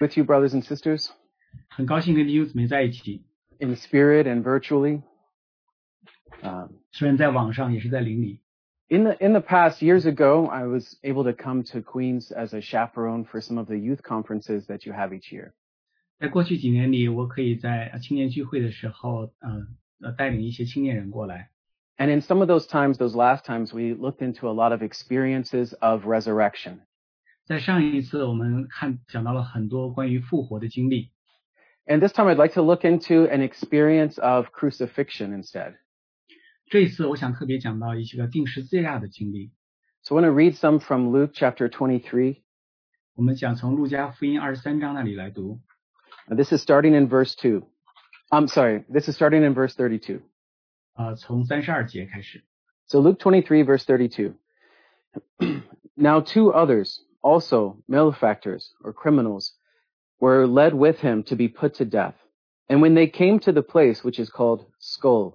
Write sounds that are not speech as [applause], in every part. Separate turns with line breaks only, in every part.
with you, brothers and sisters,
很高兴跟弟兄姊妹在一起，
in spirit and virtually. Um,
虽然在网上也是在邻里。
in the in the past years ago, I was able to come to Queens as a chaperone for some of the youth conferences that you have each year.
在过去几年里，我可以在呃青年聚会的时候，呃呃，带领一些青年人过来。
And in some of those times, those last times, we looked into a lot of experiences of resurrection.
在上一次我们看讲到了很多关于复活的经历，
And this time, I'd like to look into an experience of crucifixion instead.
这一次我想特别讲到一些个定十字架的经历。
So I want to read some from Luke chapter 23.
我们讲从路加福音二十三章那里来读，
Now, This is starting in verse 2. I'm sorry, this is starting in verse 32.
呃，从三十二节开始。
So Luke 23, verse 32. [clears throat] now two others, also malefactors or criminals, were led with him to be put to death. And when they came to the place which is called Skull,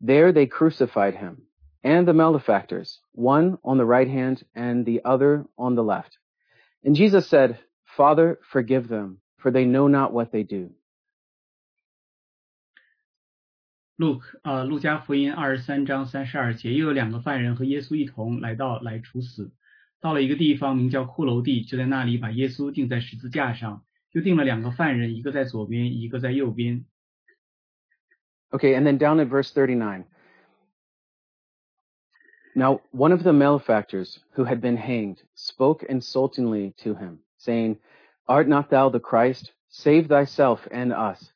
there they crucified him and the malefactors, one on the right hand and the other on the left. And Jesus said, Father, forgive them, for they know not what they do.
路呃，路加福音二十三章三十二节，又有两个犯人和耶稣一同来到来处死，到了一个地方名叫骷髅地，就在那里把耶稣钉在十字架上，又钉了两个犯人，一个在左边，一个在右边。
Okay, and then down at verse 39. Now, one of the malefactors who had been hanged spoke insultingly to him, saying, Art not thou the Christ? Save thyself and us.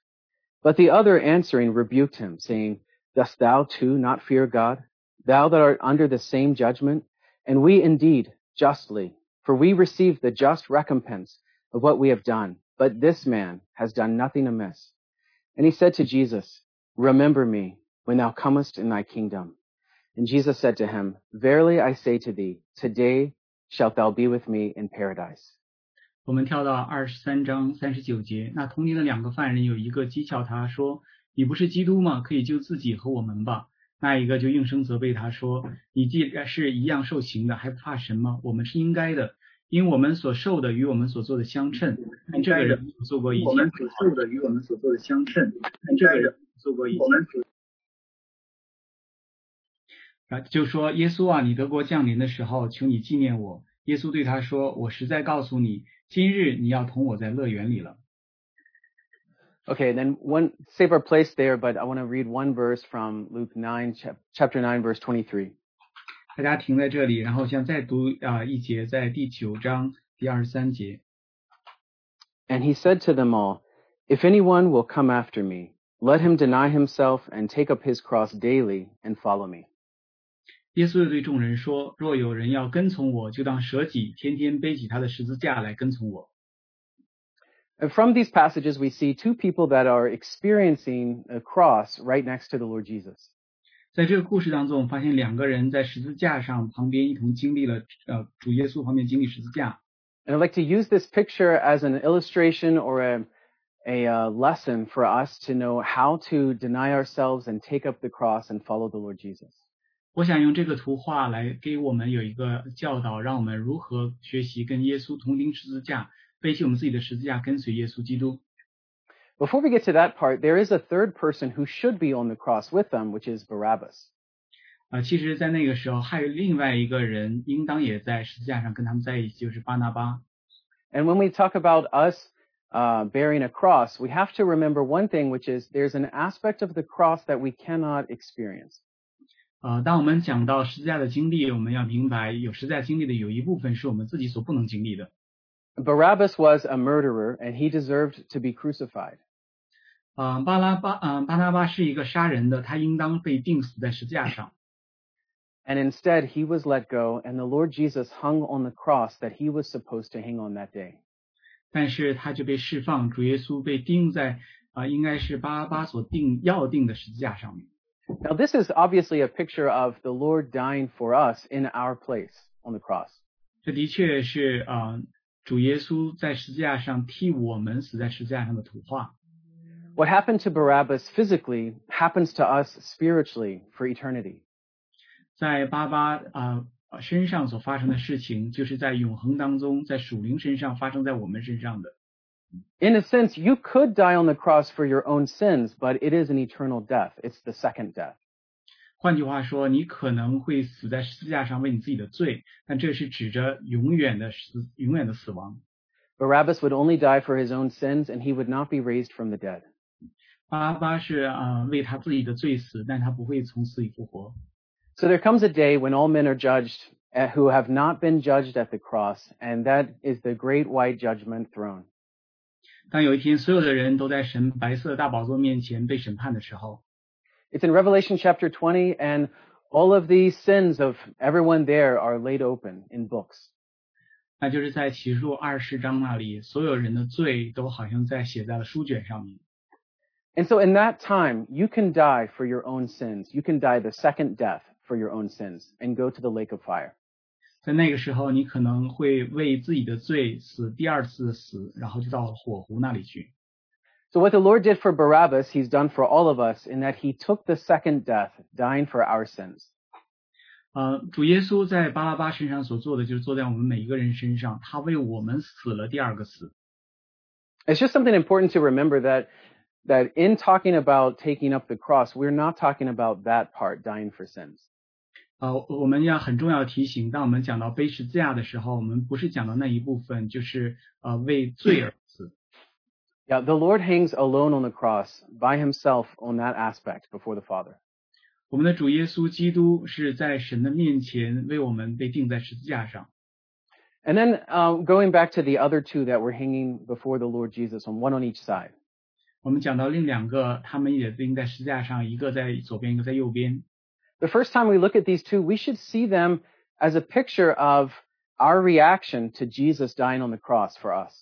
But the other answering rebuked him, saying, Dost thou too not fear God, thou that art under the same judgment? And we indeed justly, for we receive the just recompense of what we have done, but this man has done nothing amiss. And he said to Jesus, Remember me when thou comest in thy kingdom. And Jesus said to him, Verily I say to thee, today shalt thou be with me in paradise.
我们跳到二十三章三十九节，那同年的两个犯人有一个讥诮他说：“你不是基督吗？可以救自己和我们吧。”那一个就应声责备他说：“你既然是一样受刑的，还不怕神吗？我们是应该的，因我们所受的与我们所做的相称。看这个人所做过一件，
受的与我们所做的相称，
看这个人所做过一件。
们
啊，就说耶稣啊，你德国降临的时候，求你纪念我。耶稣对他说：我实在告诉你，今日你要同我在乐园里了。”
Okay, then one save our place there, but I want to read one verse from Luke 9, chap- chapter 9, verse 23.
大家停在这里，然后想再读啊、呃一节，在第九章第二十三节。
And he said to them all, If anyone will come after me, let him deny himself and take up his cross daily and follow me.
耶稣又对众人说：“若有人要跟从我，就当舍己，天天背起他的十字架来跟从我。
And from these passages, we see two people that are experiencing a cross right next to the Lord Jesus. ”
在这个故事当中，我们发现两个人在十字架上旁边一同经历了呃主耶稣旁边经历十字架。
And I'd like to use this picture as an illustration or a, a uh, lesson for us to know how to deny ourselves and take up the cross and follow the Lord Jesus.
我想用这个图画来给我们有一个教导，让我们如何学习跟耶稣同钉十字架，背起我们自己的十字架，跟随耶稣基督。
Before we get to that part, there is a third person who should be on the cross with them, which is Barabbas.
啊，其实，在那个时候，还有另外一个人，应当也在十字架上跟他们在一起，就是巴拿巴。
And when we talk about us uh, bearing a cross, we have to remember one thing, which is there's an aspect of the cross that we cannot experience.
呃，当我们讲到十字架的经历，我们要明白，有十字架经历的有一部分是我们自己所不能经历的。
Barabbas was a murderer and he deserved to be crucified.
呃，巴拉巴，呃，巴拿巴是一个杀人的，他应当被钉死在十字架上。
And instead, he was let go, and the Lord Jesus hung on the cross that he was supposed to hang on that day.
但是他就被释放，主耶稣被钉在啊、呃应该是巴拉巴所定要定的十字架上面。
Now, this is obviously a picture of the Lord dying for us in our place on the cross.
这的确是呃，主耶稣在十字架上替我们死在十字架上的图画。
What happened to Barabbas physically happens to us spiritually for eternity.
在巴巴啊、呃、身上所发生的事情，就是在永恒当中，在属灵身上发生在我们身上的。
in a sense, you could die on the cross for your own sins, but it is an eternal death. It's the second death.
换句话说，你可能会死在十字架上为你自己的罪，但这是指着永远的死，永远的死亡。
Barabbas would only die for his own sins, and he would not be raised from the dead.
巴拉巴是啊、呃为他自己的罪死，但他不会从死里复活。
So there comes a day when all men are judged uh, who have not been judged at the cross, and that is the great white judgment throne.
当有一天所有的人都在神白色大宝座面前被审判的时候，
It's in Revelation chapter 20, and all of the sins of everyone there are laid open in books.
那就是在启示录二十章那里，所有人的罪都好像在写在了书卷上面。
And so in that time, you can die for your own sins. You can die the second death for your own sins and go to the lake of fire.
在那个时候，你可能会为自己的罪死第二次的死，然后就到火湖那里去。
So what the Lord did for Barabbas, he's done for all of us in that he took the second death, dying for our sins.
呃，主耶稣在巴拉巴身上所做的，就是做在我们每一个人身上，他为我们死了第二个死。
It's just something important to remember that that in talking about taking up the cross, we're not talking about that part, dying for sins.
呃，我们要很重要提醒，当我们讲到背十字架的时候，我们不是讲到那一部分，就是呃为罪而死。
Yeah, the Lord hangs alone on the cross by himself on that aspect before the Father.
我们的主耶稣基督是在神的面前为我们被钉在十字架上。
And then uh, going back to the other two that were hanging before the Lord Jesus on one on each side.
我们讲到另两个，他们也钉在十字架上，一个在左边，一个在右边。
The first time we look at these two, we should see them as a picture of our reaction to Jesus dying on the cross for us.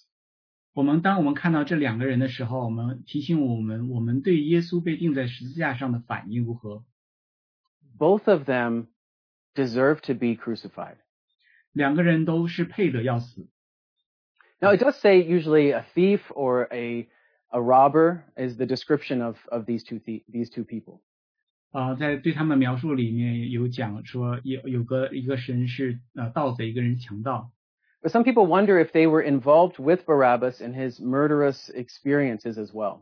我们当我们看到这两个人的时候，我们提醒我们，我们对耶稣被钉在十字架上的反应如何？
Both of them deserve to be crucified.
两个人都是配得要死。
Now, it does say usually a thief or a a robber is the description of of these two thie- these two people.
啊、在对他们描述里面有讲说，有有个一个神是呃盗贼，一个人强盗。
But some people wonder if they were involved with Barabbas in his murderous experiences as well.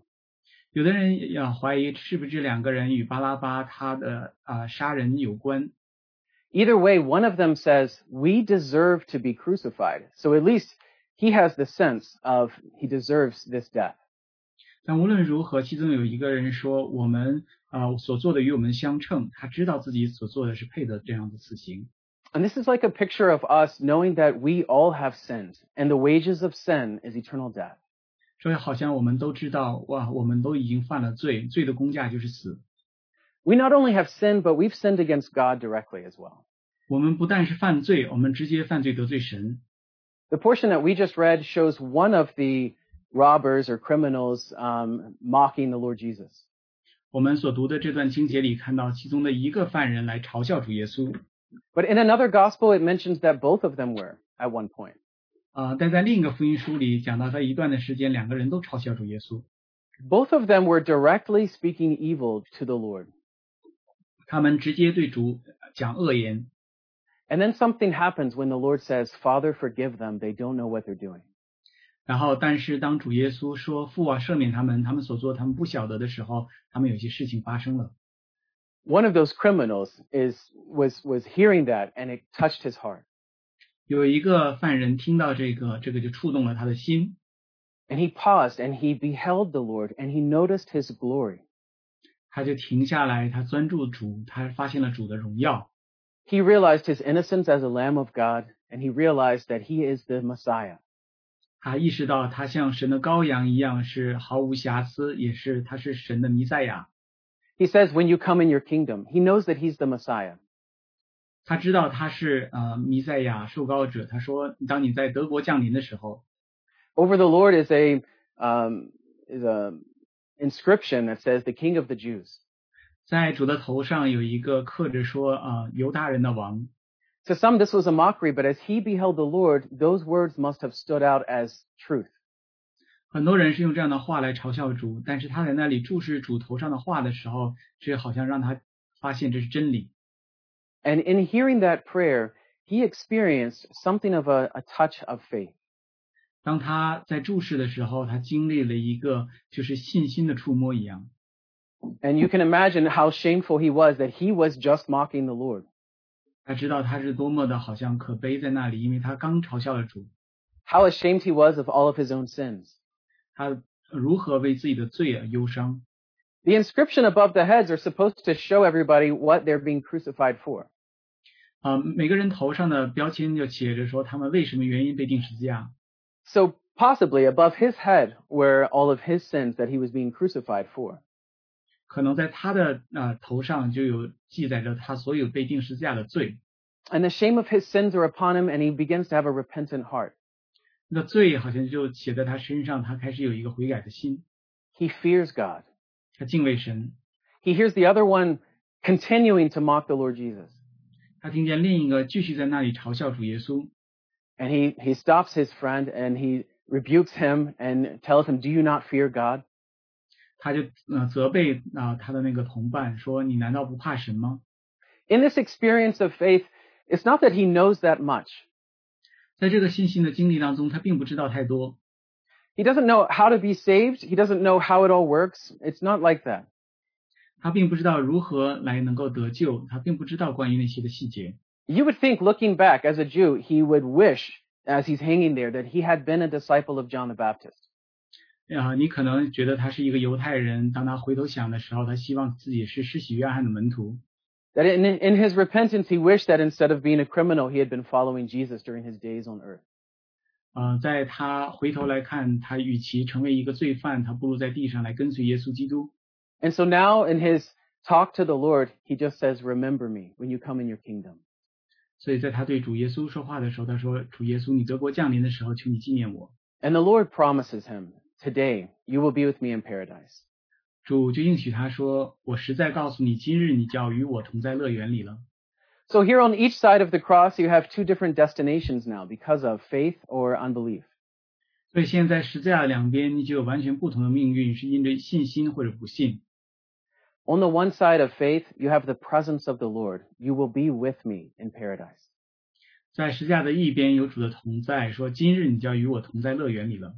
有的人也呃怀疑是不是这两个人与巴拉巴他的呃杀人有关。
Either way, one of them says, "We deserve to be crucified." So at least he has the sense of he deserves this death.
但无论如何，其中有一个人说，我们呃所做的与我们相称，他知道自己所做的是配得这样的死刑。
And this is like a picture of us knowing that we all have sinned, and the wages of sin is eternal death.
所以好像我们都知道，哇，我们都已经犯了罪，罪的公价就是死。
We not only have sinned, but we've sinned against God directly as well.
我们不但是犯罪，我们直接犯罪得罪神。
The portion that we just read shows one of the robbers or criminals um, mocking the Lord Jesus.
我们所读的这段经节里，看到其中的一个犯人来嘲笑主耶稣，
But in another gospel, it mentions that both of them were at one point.
啊、但在另一个福音书里讲到，在一段的时间，两个人都嘲笑主耶稣，
Both of them were directly speaking evil to the Lord.
他们直接对主讲恶言。
And then something happens when the Lord says, Father, forgive them. They don't know what they're doing.
然后，但是当主耶稣说“父啊，赦免他们，他们所做他们不晓得”的时候，他们有些事情发生了。
One of those criminals is, was, was hearing that and it touched his heart.
有一个犯人听到这个，这个就触动了他的心，
And he paused and he beheld the Lord and he noticed his glory.
他就停下来，他专注主，他发现了主的荣耀，
He realized his innocence as a Lamb of God, and he realized that he is the Messiah.
他意识到他像神的羔羊一样是毫无瑕疵，也是他是神的弥赛亚。
He says, When you come in your kingdom, he knows that he's the Messiah.
他知道他是呃弥赛亚受膏者。他说，当你在德国降临的时候，
Over the Lord is a, um, is a inscription that says, The King of the Jews.
在主的头上有一个刻着说啊、呃犹大人的王。
To some, this was a mockery, but as he beheld the Lord, those words must have stood out as truth.
很多人是用这样的话来嘲笑主，但是他在那里注视主头上的话的时候，这好像让他发现这是真理。
And in hearing that prayer, he experienced something of a, a touch of faith.
当他在注视的时候，他经历了一个就是信心的触摸一样。
And you can imagine how shameful he was that he was just mocking the Lord.
他知道他是多么的好像可悲在那里，因为他刚嘲笑了主，
How ashamed he was of all of his own sins.
他如何为自己的罪而忧伤。
The inscription above the heads are supposed to show everybody what they're being crucified for.
啊、每个人头上的标签就写着说他们为什么原因被钉十字架。
So possibly above his head were all of his sins that he was being crucified for.
可能在他的呃头上就有记载着他所有被钉十字架的罪，
And the shame of his sins are upon him and he begins to have a repentant heart.
那罪好像就写在他身上，他开始有一个悔改的心，
He fears God.
他敬畏神。
He hears the other one continuing to mock the Lord Jesus.
他听见另一个继续在那里嘲笑主耶稣，
And he, he stops his friend and he rebukes him and tells him, Do you not fear God?
他就呃责备啊、他的那个同伴说：“你难道不怕神吗
In this experience of faith, it's not that he knows that much.？”
在这个信心的经历当中，他并不知道太多，
He doesn't know how to be saved. He doesn't know how it all works. It's not like that.
他并不知道如何来能够得救，他并不知道关于那些的细节。
You would think, looking back as a Jew, he would wish, as he's hanging there, that he had been a disciple of John the Baptist.
啊、你可能觉得他是一个犹太人，当他回头想的时候，他希望自己是施洗约翰的门徒。
That in, in his repentance, he wished that instead of being a criminal, he had been following Jesus during his days on earth.
呃，在他回头来看，他与其成为一个罪犯，他不如在地上来跟随耶稣基督。
And so now in his talk to the Lord, he just says, Remember me when you come in your kingdom.
所以在他对主耶稣说话的时候，他说：“主耶稣，你德国降临的时候，求你纪念我。
And the Lord promises him, Today you will be with me in paradise. ”
主就应许他说：“我实在告诉你，今日你就要与我同在乐园里了。
So here on each side of the cross, you have two different destinations now because of faith or unbelief. ”
所以现在十字架的两边，你就有完全不同的命运，是因着信心或者不信。
On the one side of faith, you have the presence of the Lord. You will be with me in paradise.
在十字架的一边有主的同在，说：“今日你就要与我同在乐园里了。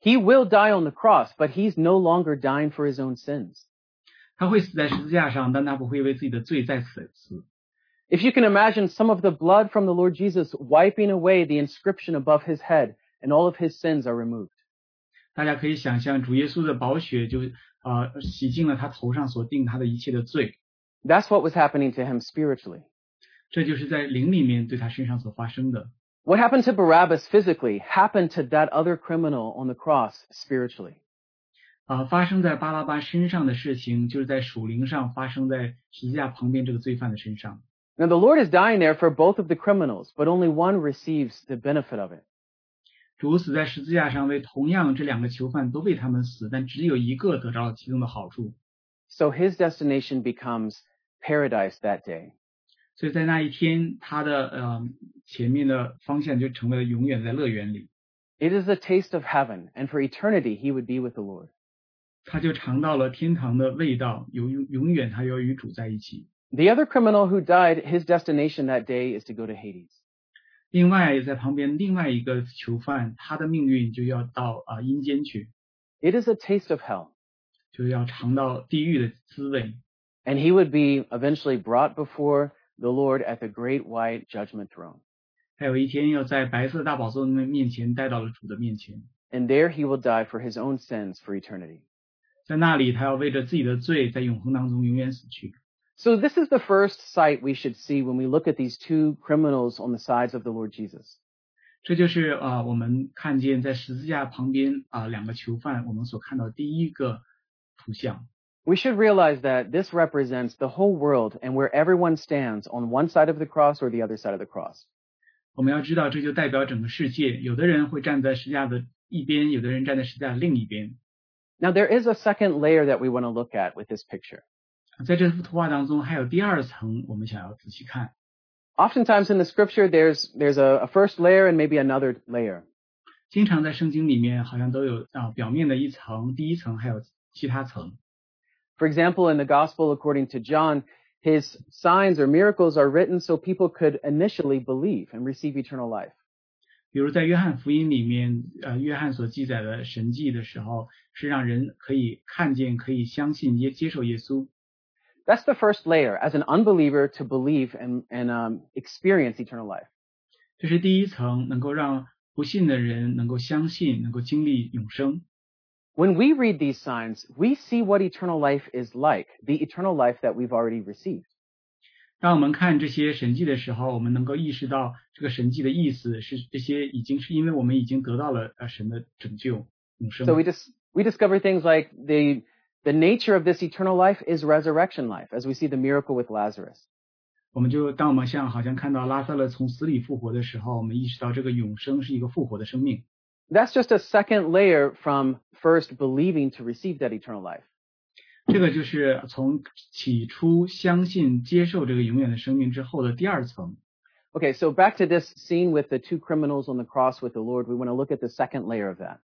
He will die on the cross, but he's no longer dying for his own sins. ”
他会死在十字架上，但他不会为自己的罪再次死。
If you can imagine some of the blood from the Lord Jesus wiping away the inscription above his head, and all of his sins are removed.
大家可以想象，主耶稣的宝血就呃洗净了他头上所定他的一切的罪，
That's what was happening to him spiritually.
这就是在灵里面对他身上所发生的。
What happened to Barabbas physically happened to that other criminal on the cross spiritually.
啊、发生在巴拉巴身上的事情，就是在属灵上发生在十字架旁边这个罪犯的身上。
Now the Lord is dying there for both of the criminals, but only one receives the benefit of it.
主死在十字架上，为同样这两个囚犯都为他们死，但只有一个得到了其中的好处。
So his destination becomes paradise that day.
所以在那一天，他的呃前面的方向就成为了永远在乐园里，
It is the taste of heaven, and for eternity he would be with the Lord.
他就尝到了天堂的味道，永永永远他要与主在一起。
The other criminal who died, his destination that day is to go to Hades.
另外，在旁边另外一个囚犯，他的命运就要到啊、阴间去，
It is a taste of hell,
就要尝到地狱的滋味。
and he would be eventually brought before the Lord at the great white judgment throne.
他有一天要在白色大宝座面面前带到了主的面前，
And there he will die for his own sins for eternity.
在那里他要为着自己的罪，在永恒当中永远死去。
So this is the first sight we should see when we look at these two criminals on the sides of the Lord Jesus.
这就是啊、我们看见在十字架旁边啊、两个囚犯，我们所看到第一个图像。
We should realize that this represents the whole world and where everyone stands on one side of the cross or the other side of the cross.
我们要知道，这就代表整个世界。有的人会站在十字架的一边，有的人站在十字架的另一边。
Now there is a second layer that we want to look at with this picture.
在这幅图画当中，还有第二层，我们想要仔细看。
Oftentimes in the scripture, there's, there's a, a first layer and maybe another layer.
经常在圣经里面好像都有啊、表面的一层、第一层，还有其他层。
For example, in the gospel according to John, his signs or miracles are written so people could initially believe and receive eternal life.
比如在约翰福音里面，呃，约翰所记载的神迹的时候，是让人可以看见、可以相信、也接受耶稣。
That's the first layer as an unbeliever to believe and, and um, experience eternal life.
这是第一层，能够让不信的人能够相信，能够经历永生。
When we read these signs, we see what eternal life is like, the eternal life that we've already received.
当我们看这些神迹的时候，我们能够意识到这个神迹的意思是这些已经是因为我们已经得到了呃神的拯救永生。
So we just we discover things like the the nature of this eternal life is resurrection life, as we see the miracle with Lazarus.
我们就当我们像好像看到拉萨勒从死里复活的时候，我们意识到这个永生是一个复活的生命。
That's just a second layer from first believing to receive that eternal life.
这个就是从起初相信接受这个永远的生命之后的第二层。
Okay, so back to this scene with the two criminals on the cross with the Lord. We want to look at the second layer of that.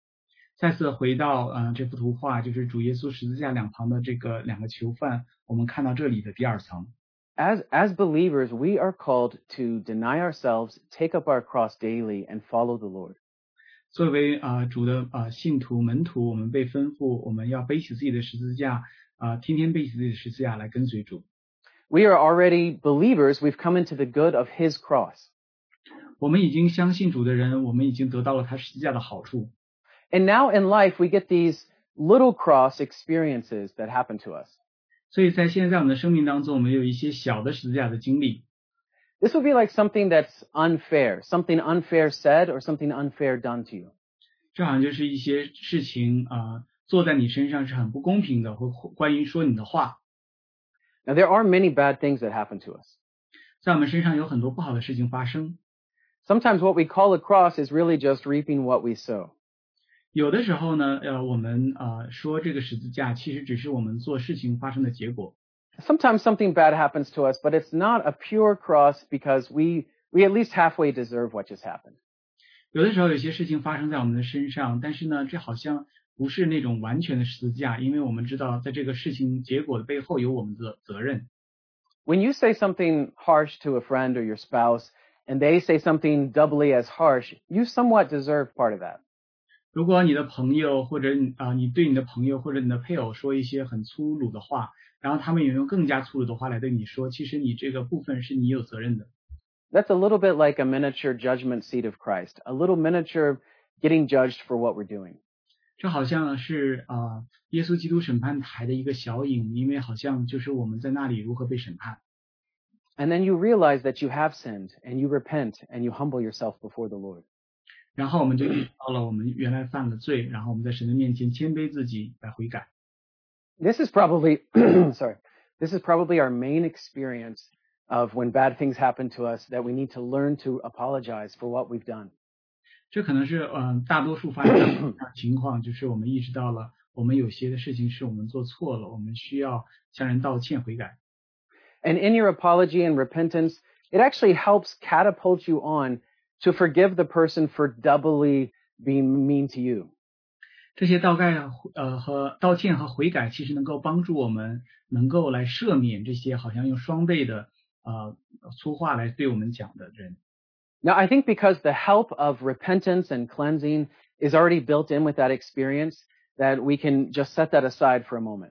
再次回到呃这幅图画，就是主耶稣十字架两旁的这个两个囚犯，我们看到这里的第二层。
As as believers, we are called to deny ourselves, take up our cross daily, and follow the Lord.
作为啊、呃主的啊、呃信徒门徒，我们被吩咐我们要背起自己的十字架啊、呃天天背起自己的十字架来跟随主。
We are already believers. We've come into the good of His cross.
我们已经相信主的人，我们已经得到了他十字架的好处。
And now in life, we get these little cross experiences that happen to us.
所以在现在我们的生命当中，我们有一些小的十字架的经历，
This would be like something that's unfair, something unfair said or something unfair done to you.
这好像就是一些事情啊、呃做在你身上是很不公平的，或或关于说你的话，
Now, there are many bad things that happen to us.
在我们身上有很多不好的事情发生。
Sometimes what we call a cross is really just reaping what we sow.
有的时候呢，呃，我们呃说这个十字架其实只是我们做事情发生的结果。
Sometimes something bad happens to us, but it's not a pure cross because we, we at least halfway deserve what just happened.
有的时候有些事情发生在我们的身上，但是呢，这好像不是那种完全的十字架，因为我们知道在这个事情结果的背后有我们的责任。
When you say something harsh to a friend or your spouse, and they say something doubly as harsh, you somewhat deserve part of that.
如果你的朋友或者你啊、你对你的朋友或者你的配偶说一些很粗鲁的话，然后他们也用更加粗鲁的话来对你说，其实你这个部分是你有责任的。
That's a little bit like a miniature judgment seat of Christ, a little miniature getting judged for what we're doing.
这好像是啊、呃耶稣基督审判台的一个小影，因为好像就是我们在那里如何被审判。
And then you realize that you have sinned and you repent and you humble yourself before the Lord.
然后我们就意识到了我们原来犯了罪，然后我们在神的面前谦卑自己来悔改。
This is probably, [clears throat] sorry, this is probably our main experience of when bad things happen to us that we need to learn to apologize for what we've done.
这可能是嗯、呃大多数发生的情况，就是我们意识到了我们有些的事情是我们做错了，我们需要向人道歉悔改。
And in your apology and repentance, it actually helps catapult you on to forgive the person for doubly being mean to you.
这些道盖呃和道歉和悔改，其实能够帮助我们能够来赦免这些好像用双倍的呃粗话来对我们讲的人。
Now, I think because the help of repentance and cleansing is already built in with that experience, that we can just set that aside for a moment.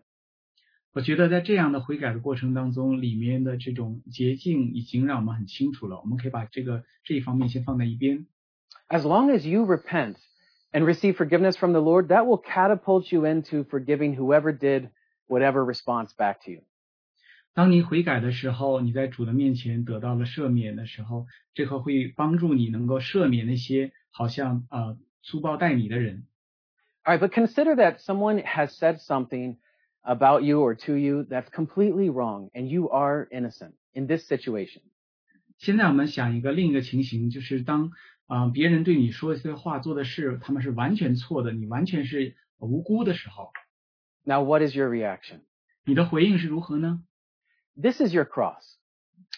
我觉得在这样的悔改的过程当中，里面的这种捷径已经让我们很清楚了，我们可以把这个这一方面先放在一边。
As long as you repent and receive forgiveness from the Lord, that will catapult you into forgiving whoever did whatever response back to you.
当你悔改的时候，你在主的面前得到了赦免的时候，这个会帮助你能够赦免那些好像呃粗暴待你的人。
All right, but consider that someone has said something about you or to you that's completely wrong and you are innocent in this situation.
现在我们想一个另一个情形，就是当啊、呃别人对你说一些话、做的事，他们是完全错的，你完全是无辜的时候，
Now, what is your reaction?
你的回应是如何呢？
This is your cross.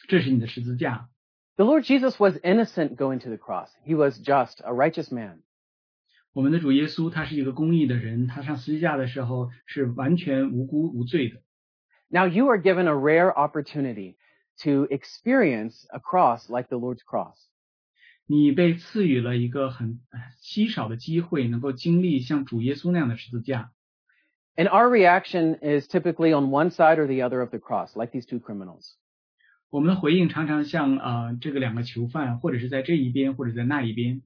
这是你的十字架。
The Lord Jesus was innocent going to the cross. He was just, a righteous man.
我们的主耶稣他是一个公义的人，他上十字架的时候是完全无辜无罪的。
Now you are given a rare opportunity to experience a cross like the Lord's cross.
你被赐予了一个很哎稀少的机会，能够经历像主耶稣那样的十字架。
And our reaction is typically on one side or the other of the cross, like these two criminals.
我们的回应常常像呃这个两个囚犯，或者是在这一边，或者在那一边。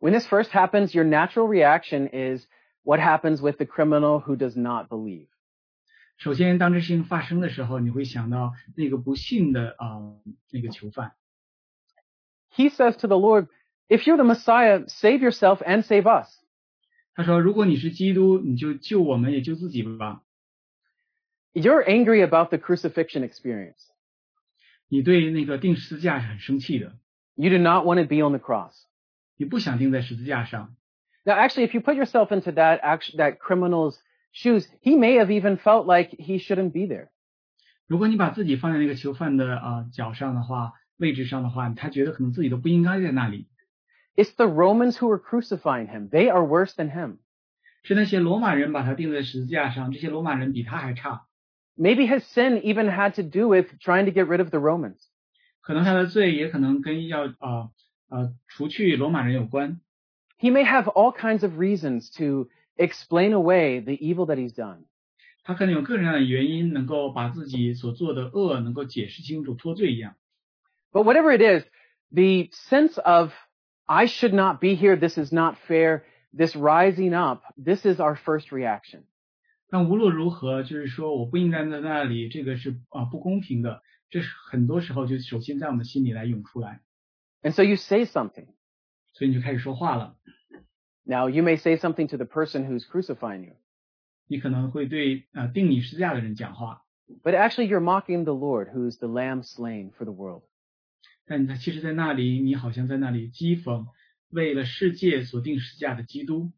When this first happens, your natural reaction is what happens with the criminal who does not believe.
首先，当这事情发生的时候，你会想到那个不幸的呃那个囚犯，
He says to the Lord, If you're the Messiah, save yourself and save us.
他说：“如果你是基督，你就救我们，也救自己吧。
You're angry about the crucifixion experience.
你对那个钉十字架是很生气的，
You do not want to be on the cross.
你不想钉在十字架上。
Now, actually, if you put yourself into that act- that criminal's shoes, he may have even felt like he shouldn't be there.
如果你把自己放在那个囚犯的呃脚上的话，位置上的话，他觉得可能自己都不应该在那里。
It's the Romans who are crucifying him. They are worse than him.
是那些罗马人把他钉在十字架上，这些罗马人比他还差。
Maybe his sin even had to do with trying to get rid of the Romans.
可能他的罪也可能跟要呃呃除去罗马人有关。
He may have all kinds of reasons to explain away the evil that he's done.
他可能有各种各样的原因，能够把自己所做的恶能够解释清楚、脱罪一样。
But whatever it is, the sense of, I should not be here, this is not fair, this rising up, this is our first reaction.
但无论如何，就是说我不应该在那里，这个是啊、呃不公平的。这是很多时候就首先在我们心里来涌出来，
And so you say something.
所以你就开始说话了。
Now, you may say something to the person who's crucifying you,
你可能会对啊、呃、定你十字架的人讲话，
but actually you're mocking the Lord, who's the lamb slain for the world.
但他其实，在那里你好像在那里讥讽为了世界所定十字架的基督。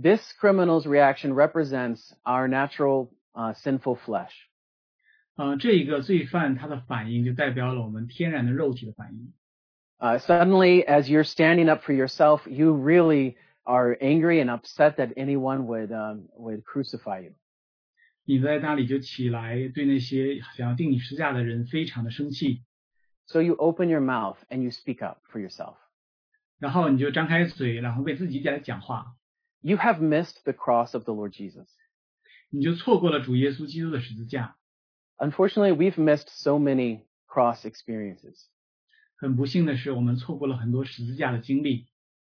This criminal's reaction represents our natural uh, sinful flesh.
呃，这一个罪犯他的反应就代表了我们天然的肉体的反应。
Uh, suddenly, as you're standing up for yourself, you really are angry and upset that anyone would um, would crucify you.
你在那里就起来对那些想要定你十字架的人非常的生气，
So you open your mouth and you speak up for yourself.
然后你就张开嘴，然后为自己来讲话，
You have missed the cross of the Lord Jesus.
你就错过了主耶稣基督的十字架。
Unfortunately, we've missed so many cross experiences.
很不幸的是，我们错过了很多十字架的经历。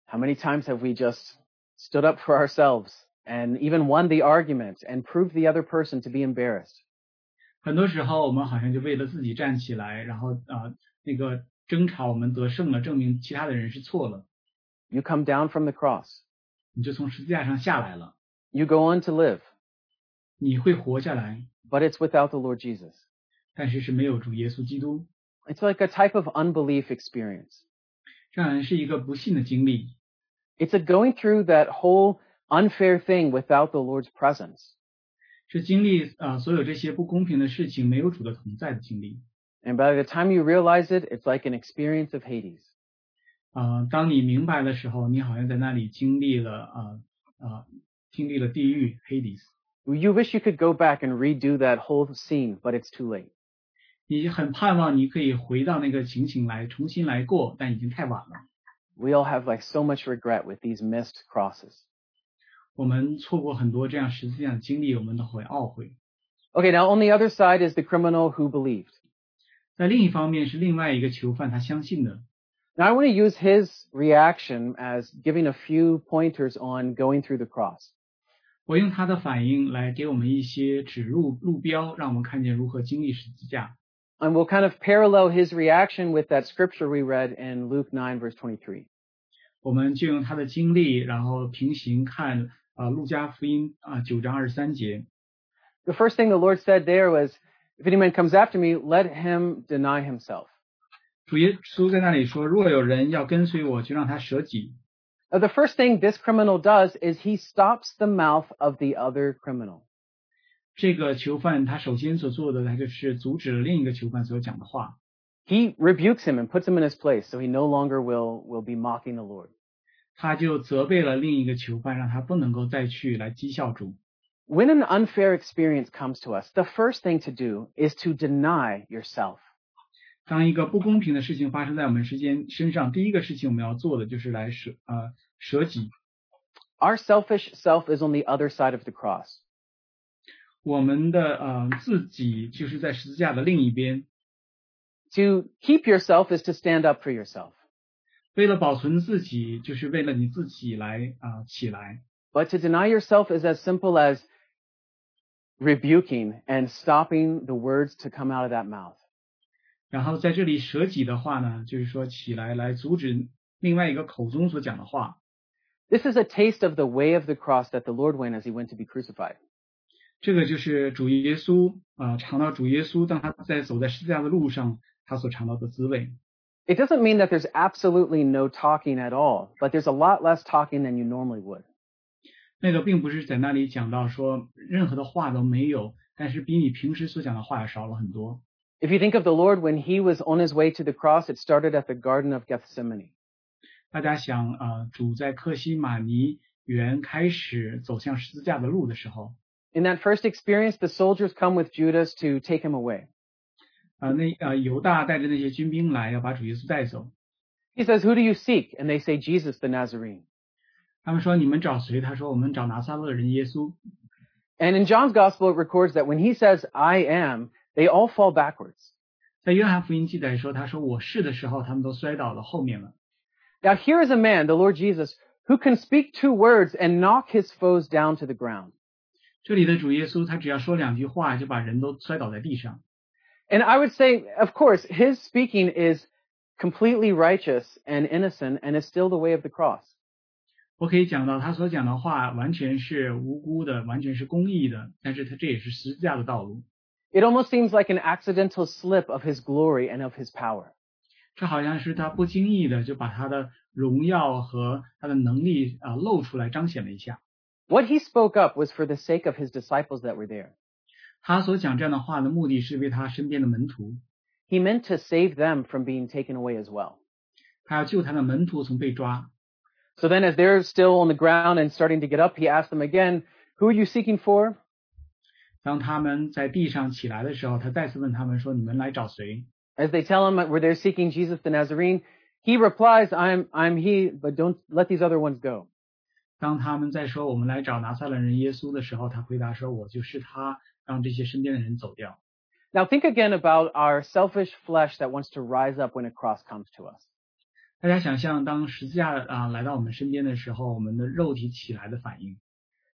How many times have we just stood up for ourselves and even won the argument and proved the other person to be embarrassed?
很多时候，我们好像就为了自己站起来，然后啊、呃那个争吵我们得胜了，证明其他的人是错了，
You come down from the cross.
你就从十字架上下来了，
You go on to live,
你会活下来，
but it's without the Lord Jesus.
但是是没有主耶稣基督，
It's like a type of unbelief experience.
让人是一个不幸的经历。
It's a going through that whole unfair thing without the Lord's presence.
是经历啊、呃所有这些不公平的事情，没有主的同在的经历
And by the time you realize it, it's like an experience of Hades.
啊、呃当你明白的时候，你好像在那里经历了啊啊、呃经历了地狱 Hades，
You wish you could go back and redo that whole scene, but it's too late.
你很盼望你可以回到那个情形来重新来过，但已经太晚了。
We all have like so much regret with these missed crosses.
我们错过很多这样实际上的经历，我们都会懊悔。
Okay, now on the other side is the criminal who believed.
在另一方面，是另外一个囚犯他相信的。
Now I want to use his reaction as giving a few pointers on going through the cross.
我用他的反应来给我们一些指路路标，让我们看见如何经历十字架。
And we'll kind of parallel his reaction with that scripture we read in Luke 9 verse 23.
我们就用他的经历，然后平行看啊、呃路加福音啊九、章二十三节。
The first thing the Lord said there was, if any man comes after me, let him deny himself.
主耶稣在那里说：“若有人要跟随我，就让他舍己。
Now, the first thing this criminal does is he stops the mouth of the other criminal. ”
这个囚犯他首先所做的，他就是阻止了另一个囚犯所讲的话。
He rebukes him and puts him in his place so he no longer will, will be mocking the Lord.
他就责备了另一个囚犯，让他不能够再去来讥笑主。
When an unfair experience comes to us, the first thing to do is to deny yourself.
当一个不公平的事情发生在我们之间身上，第一个事情我们要做的就是来舍呃舍己。
Our selfish self is on the other side of the cross.
我们的呃自己就是在十字架的另一边。
To keep yourself is to stand up for yourself.
为了保存自己，就是为了你自己来啊、呃起来。
But to deny yourself is as simple as rebuking and stopping the words to come out of that mouth.
然后在这里舍己的话呢，就是说起来来阻止另外一个口中所讲的话。
This is a taste of the way of the cross that the Lord went as he went to be crucified.
这个就是主耶稣啊、呃尝到主耶稣当他在走在十字架的路上，他所尝到的滋味。
It doesn't mean that there's absolutely no talking at all, but there's a lot less talking than you normally would.
那个并不是在那里讲到说任何的话都没有，但是比你平时所讲的话少了很多。
If you think of the Lord when he was on his way to the cross, it started at the Garden of Gethsemane.
大家想啊、呃主在克西马尼园开始走向十字架的路的时候，
In that first experience, the soldiers come with Judas to take him away.
啊、那呃犹大带着那些军兵来要把主耶稣带走，
He says, Who do you seek? And they say, Jesus the Nazarene.
他们说你们找谁？他说我们找拿撒勒人耶稣。
And in John's gospel, it records that when he says, I am, they all fall backwards.
在约翰福音记载说，他说我是的时候，他们都摔倒了后面了。
Now, here is a man, the Lord Jesus, who can speak two words and knock his foes down to the ground.
这里的主耶稣，他只要说两句话，就把人都摔倒在地上。
And I would say, of course, his speaking is completely righteous and innocent and is still the way of the cross.
我可以讲到，他所讲的话完全是无辜的，完全是公义的，但是他这也是十字架的道路。
It almost seems like an accidental slip of his glory and of his power.
这好像是他不经意的就把他的荣耀和他的能力啊、呃露出来，彰显了一下。
What he spoke up was for the sake of his disciples that were there.
他所讲这样的话的目的是为他身边的门徒，
He meant to save them from being taken away as well.
他要救他的门徒从被抓。
So then, as they're still on the ground and starting to get up, he asked them again, Who are you seeking for?
当他们在地上起来的时候，他再次问他们说：“你们来找谁
As they tell him where they're seeking Jesus the Nazarene, he replies, I'm, I'm he, but don't let these other ones go.？”
当他们在说“我们来找拿撒勒人耶稣”的时候，他回答说：“我就是他，让这些身边的人走掉。
Now think again about our selfish flesh that wants to rise up when a cross comes to us. ”
大家想象，当十字架啊、来到我们身边的时候，我们的肉体起来的反应，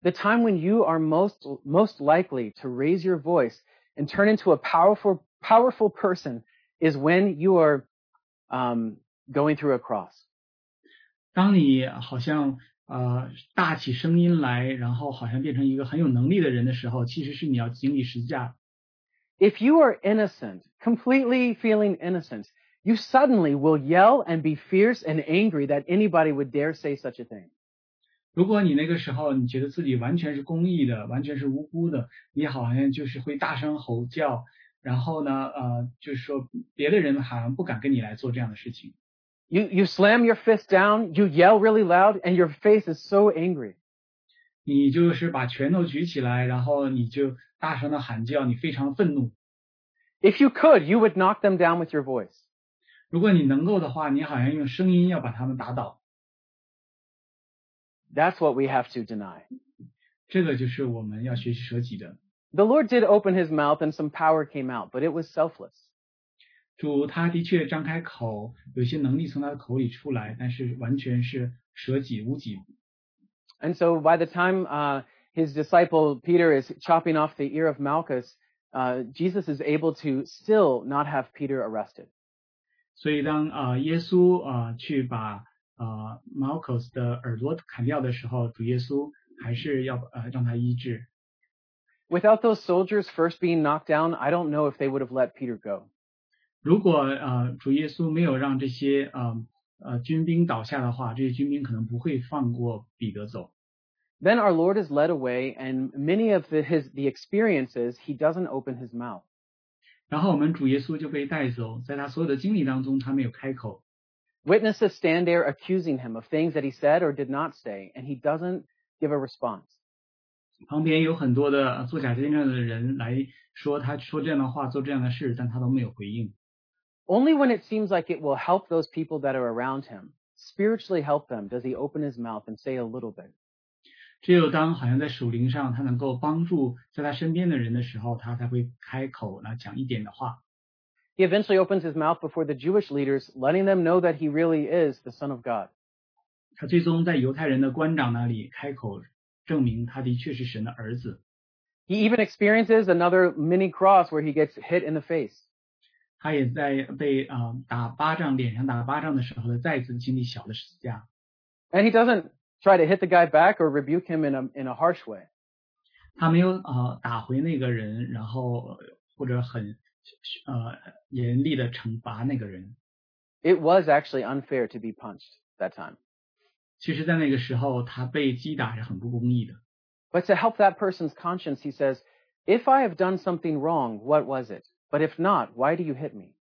The time when you are most, most likely to raise your voice and turn into a powerful, powerful person is when you are um, going through a cross.
当你好像呃大起声音来，然后好像变成一个很有能力的人的时候，其实是你要经历十字架。
If you are innocent, completely feeling innocent, you suddenly will yell and be fierce and angry that anybody would dare say such a thing.
如果你那个时候你觉得自己完全是公益的，完全是无辜的，你好像就是会大声吼叫，然后呢，呃，就是说别的人好像不敢跟你来做这样的事情。
You, you slam your fist down, you yell really loud, and your face is so angry.
你就是把拳头举起来，然后你就大声的喊叫，你非常愤怒。
If you could, you would knock them down with your voice.
如果你能够的话，你好像用声音要把他们打倒。
That's what we have to deny.
这个就是我们要学习舍己的。
The Lord did open his mouth and some power came out, but it was selfless.
主他的确张开口，有些能力从他的口里出来，但是完全是舍己无己。
And so by the time uh, his disciple Peter is chopping off the ear of Malchus, uh, Jesus is able to still not have Peter arrested.
所以当呃耶稣呃去把呃 Marcos 的耳朵砍掉的时候，主耶稣还是要呃让他医治。
Without those soldiers first being knocked down, I don't know if they would have let Peter go.
如果呃主耶稣没有让这些呃呃军兵倒下的话，这些军兵可能不会放过彼得走。
Then our Lord is led away, and many of the, his the experiences he doesn't open his mouth.
然后我们主耶稣就被带走，在他所有的经历当中，他没有开口。
Witnesses stand there accusing him of things that he said or did not say, and he doesn't give a response.
旁边有很多的呃作假见证的人来说，他说这样的话，做这样的事，但他都没有回应。
Only when it seems like it will help those people that are around him, spiritually help them, does he open his mouth and say a little bit.
只有当好像在属灵上他能够帮助在他身边的人的时候，他才会开口呢讲一点的话。
He eventually opens his mouth before the Jewish leaders, letting them know that he really is the Son of God.
他最终在犹太人的官长那里开口证明他的确是神的儿子。
He even experiences another mini cross where he gets hit in the face.
他也在被啊、呃打巴掌脸上打巴掌的时候呢，再次经历小的十字架。
And he doesn't try to hit the guy back or rebuke him in a, in a harsh way.
他没有啊、呃打回那个人，然后呃或者很呃严厉的惩罚那个人。
It was actually unfair to be punched that time.
其实，在那个时候，他被击打是很不公义的。
But to help that person's conscience, he says, If I have done something wrong, what was it? But if not, why do you hit me?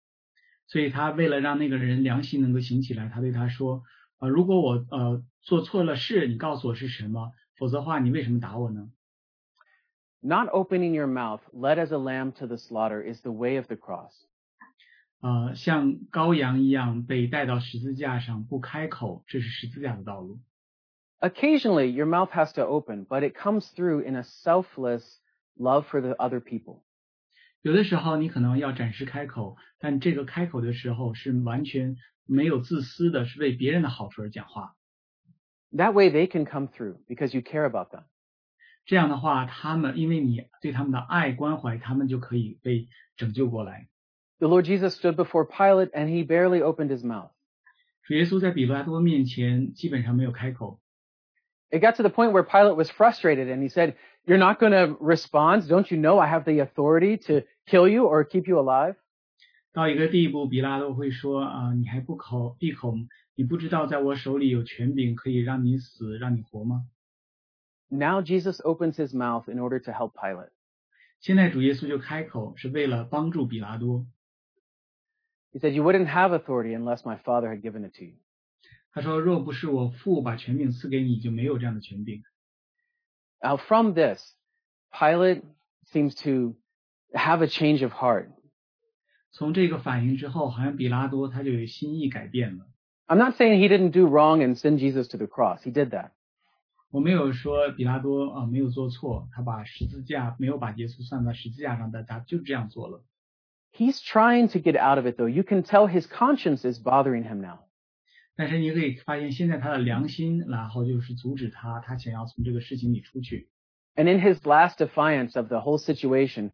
所以他为了让那个人良心能够醒起来，他对他说：“呃，如果我呃做错了事，你告诉我是什么，否则的话，你为什么打我呢
Not opening your mouth, led as a lamb to the slaughter, is the way of the cross.？”
呃，像羔羊一样被带到十字架上，不开口，这是十字架的道路。
Occasionally, your mouth has to open, but it comes through in a selfless love for the other people.
有的时候你可能要暂时开口，但这个开口的时候是完全没有自私的，是为别人的好处而讲话。
That way they can come through because you care about them.
这样的话，他们因为你对他们的爱关怀，他们就可以被拯救过来。
The Lord Jesus stood before Pilate and he barely opened his mouth.
主耶稣在比拉多面前基本上没有开口，
It got to the point where Pilate was frustrated and he said, You're not going to respond. Don't you know I have the authority to kill you or keep you alive?
到一个地步，比拉多会说：“啊、你还不口闭口，你不知道在我手里有权柄可以让你死，让你活吗
Now Jesus opens his mouth in order to help Pilate.？”
现在主耶稣就开口，是为了帮助比拉多。
He said, You wouldn't have authority unless my Father had given it to you.
他说：“若不是我父把权柄赐给你，就没有这样的权柄。
Now, from this, Pilate seems to have a change of heart. ”
从这个反应之后，好像比拉多他就有心意改变了。
I'm not saying he didn't do wrong and send Jesus to the cross. He did that.
我没有说比拉多啊、没有做错，他把十字架没有把耶稣算到十字架上，但他就这样做了。
He's trying to get out of it, though. You can tell his conscience is bothering him now.
但是你可以发现，现在他的良心，然后就是阻止他，他想要从这个事情里出去。
And in his last defiance of the whole situation,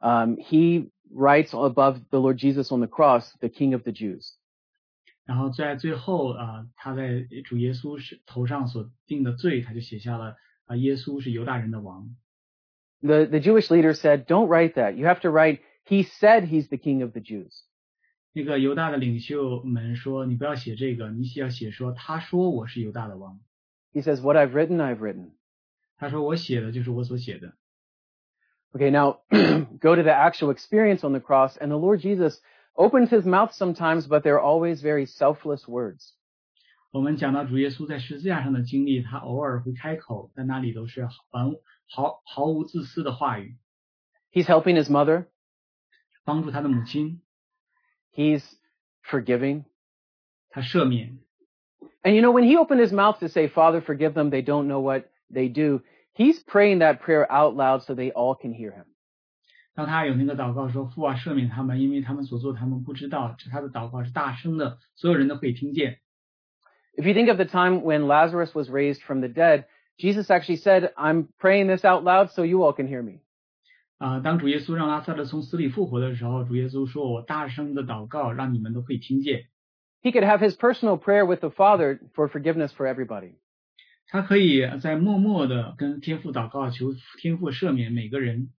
um, he writes above the Lord Jesus on the cross, the King of the Jews.
然后在最后啊、呃他在主耶稣是头上所定的罪，他就写下了啊、耶稣是犹大人的王。
The, the Jewish leader said, Don't write that. You have to write, He said he's the King of the Jews.
那个犹大的领袖们说：“你不要写这个，你要写说他说我是犹大的王。
He says, What I've written, I've written. ”
他说：“我写的就是我所写的。”
Okay, now [clears throat] go to the actual experience on the cross. And the Lord Jesus opens his mouth sometimes, but they're always very selfless words.
我们讲到主耶稣在十字架上的经历，他偶尔会开口，但那里都是完毫毫无自私的话语，
He's helping his mother.
帮助他的母亲，
He's forgiving.
他赦免。
And you know, when he opened his mouth to say, Father, forgive them, they don't know what they do, he's praying that prayer out loud so they all can hear him.
当他有那个祷告说：“父啊，赦免他们，因为他们所做他们不知道。”这他的祷告是大声的，所有人都可以听见。
If you think of the time when Lazarus was raised from the dead, Jesus actually said, I'm praying this out loud so you all can hear me.
啊、当主耶稣让拉萨勒从死里复活的时候，主耶稣说：“我大声的祷告，让你们都可以听见。
He could have his personal prayer with the Father for forgiveness for everybody. ”
他可以在默默的跟天父祷告，求天父赦免每个人。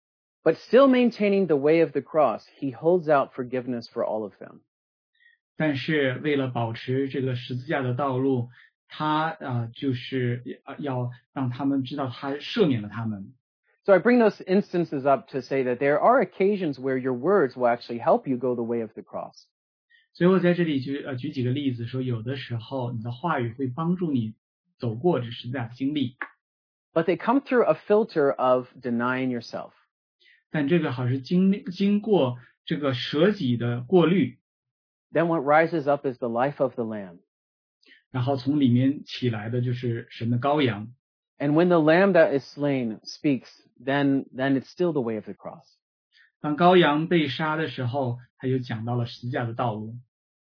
But still maintaining the way of the cross, he holds out forgiveness for all of them.
但是为了保持这个十字架的道路，他呃就是呃要让他们知道他赦免了他们。
So I bring those instances up to say that there are occasions where your words will actually help you go the way of the cross.
所以我在这里举呃举几个例子，说有的时候你的话语会帮助你走过这十字架的经历，
But they come through a filter of denying yourself.
但这个好是经历经过这个舍己的过滤，
Then what rises up is the life of the Lamb.
然后从里面起来的就是神的羔羊。
And when the Lamb that is slain speaks, then, then it's still the way of the cross.
当羔羊被杀的时候，他就讲到了十字架的道路。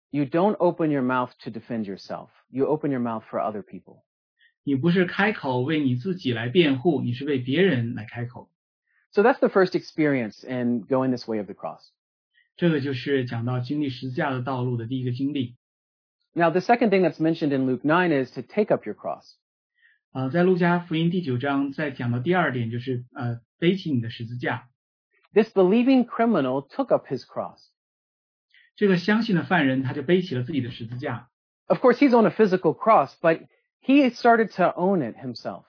You don't open your mouth to defend yourself. You open your mouth for other people.
你不是开口为你自己来辩护，你是为别人来开口。
So that's the first experience in going this way of the cross.
这个就是讲到经历十字架的道路的第一个经历。
Now, the second thing that's mentioned in Luke 9 is to take up your cross.
啊、在路加福音第九章，在讲到第二点就是呃，背起你的十字架。
This believing criminal took up his cross.
这个相信的犯人他就背起了自己的十字架。
Of course, he's on a physical cross, but he started to own it himself.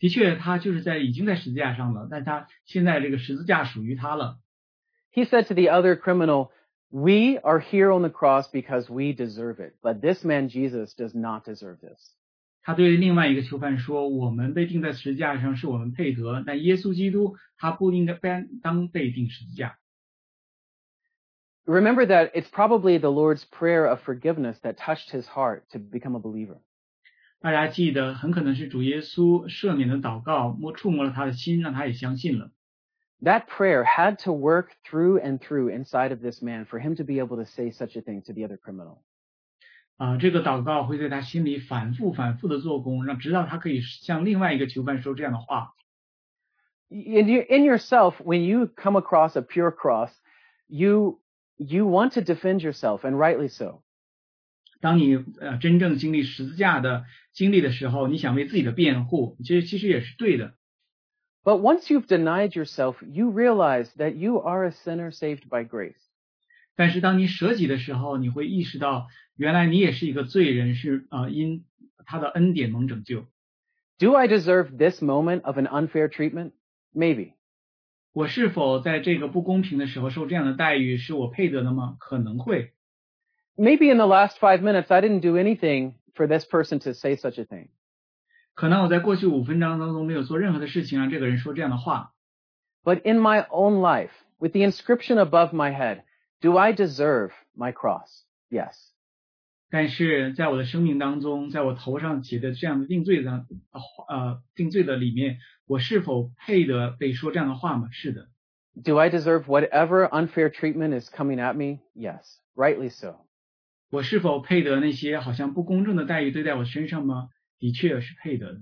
的确，他就是在已经在十字架上了，但他现在这个十字架属于他了。
He said to the other criminal, We are here on the cross because we deserve it, but this man Jesus does not deserve this.
他对另外一个囚犯说：“我们被钉在十字架上，是我们配得。但耶稣基督他不应该被当被钉十字架。
Remember that it's probably the Lord's prayer of forgiveness that touched his heart to become a believer. ”
大家记得，很可能是主耶稣赦免的祷告摸触摸了他的心，让他也相信了。
That prayer had to work through and through inside of this man for him to be able to say such a thing to the other criminal.
啊、这个祷告会在他心里反复、反复的做工，让直到他可以向另外一个囚犯说这样的话。
in, you, in yourself, when you come across a pure cross, you you want to defend yourself, and rightly so.
当你呃真正经历十字架的经历的时候，你想为自己的辩护，其实其实也是对的。
But once you've denied yourself, you realize that you are a sinner saved by grace.
但是当你舍己的时候，你会意识到，原来你也是一个罪人，是呃因他的恩典蒙拯救。
Do I deserve this moment of an unfair treatment? Maybe.
我是否在这个不公平的时候受这样的待遇，是我配得的吗？可能会。
Maybe in the last five minutes, I didn't do anything for this person to say such a thing.
可能我在过去五分钟当中没有做任何的事情让这个人说这样的话，
But in my own life, with the inscription above my head, do I deserve my cross? Yes.
但是在我的生命当中，在我头上写的这样的定罪的呃定罪的里面，我是否配得被说这样的话吗？是的，
Do I deserve whatever unfair treatment is coming at me? Yes. Rightly so.
我是否配得那些好像不公正的待遇对待我身上吗？的确是配得的。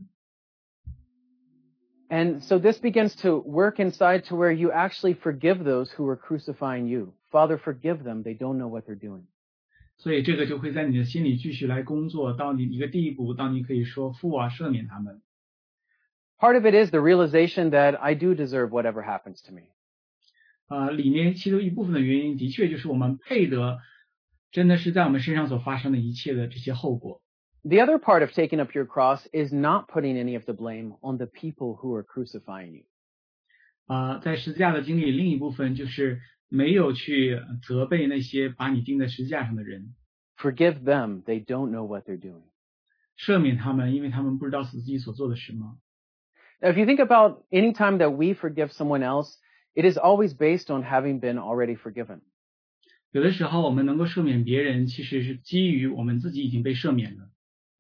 And so this begins to work inside to where you actually forgive those who are crucifying you. Father, forgive them. They don't know what they're doing.
所以这个就会在你的心里继续来工作，到你一个地步，到你可以说父啊，赦免他们。
Part of it is the realization that I do deserve whatever happens to me.
呃，里面其中一部分的原因，的确就是我们配得，真的是在我们身上所发生的一切的这些后果。
The other part of taking up your cross is not putting any of the blame on the people who are crucifying you.
啊、在十字架的经历，另一部分就是没有去责备那些把你钉在十字架上的人，
Forgive them. They don't know what they're doing.
赦免他们，因为他们不知道自己所做的什么。
Now, if you think about any time that we forgive someone else, it is always based on having been already forgiven.
有的时候，我们能够赦免别人，其实是基于我们自己已经被赦免了。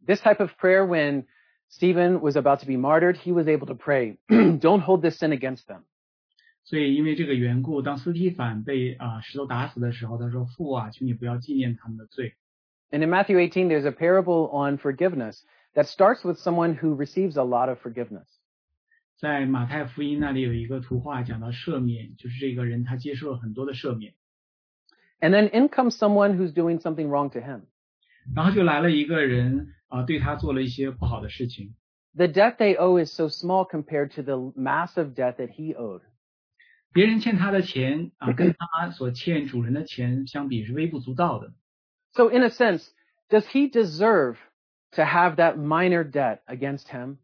this type of prayer when Stephen was about to be martyred, he was able to pray, [clears throat] don't hold this sin against them.
所以，因为这个缘故，当斯提凡被啊、石头打死的时候，他说：“父啊，请你不要纪念他们的罪。
And in Matthew 18, there's a parable on forgiveness that starts with someone who receives a lot of forgiveness. ”
在马太福音那里有一个图画讲到赦免，就是这个人他接受了很多的赦免，
And then in comes someone who's doing something wrong to him.
然后就来了一个人啊、对他做了一些不好的事情，
The debt they owe is so small compared to the massive debt that he owed.
别人欠他的钱啊、跟他所欠主人的钱相比是微不足道的。
So in a sense, does he deserve to have that minor debt against him?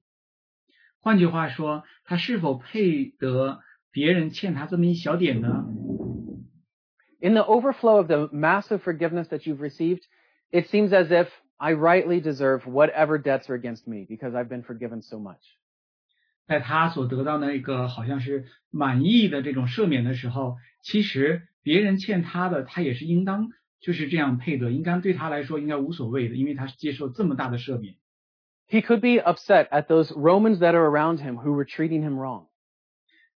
换句话说，他是否配得别人欠他这么一小点呢？
In the overflow of the massive forgiveness that you've received, it seems as if I rightly deserve whatever debts are against me because I've been forgiven so much.
在他所得到那个好像是满意的这种赦免的时候，其实别人欠他的，他也是应当就是这样配的，应该对他来说应该无所谓的，因为他是接受这么大的赦免。
He could be upset at those Romans that are around him who were treating him wrong.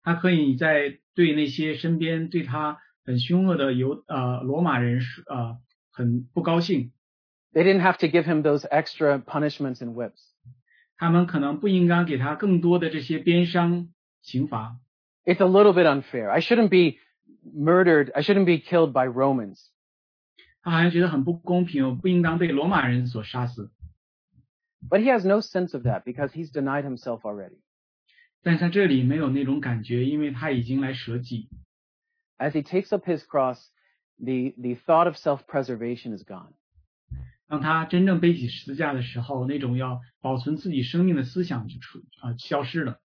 他可以在对那些身边对他很凶恶的犹呃罗马人说呃很不高兴，
They didn't have to give him those extra punishments and whips.
他们可能不应该给他更多的这些鞭伤刑罚。
It's a little bit unfair. I shouldn't be murdered. I shouldn't be killed by Romans.
他好像觉得很不公平，我不应当被罗马人所杀死，
But he has no sense of that because he's denied himself already.
但是他这里没有那种感觉，因为他已经来舍己。
As he takes up his cross, the, the thought of self-preservation is gone.
当他真正背起十字架的时候，那种要保存自己生命的思想就出啊、消失了。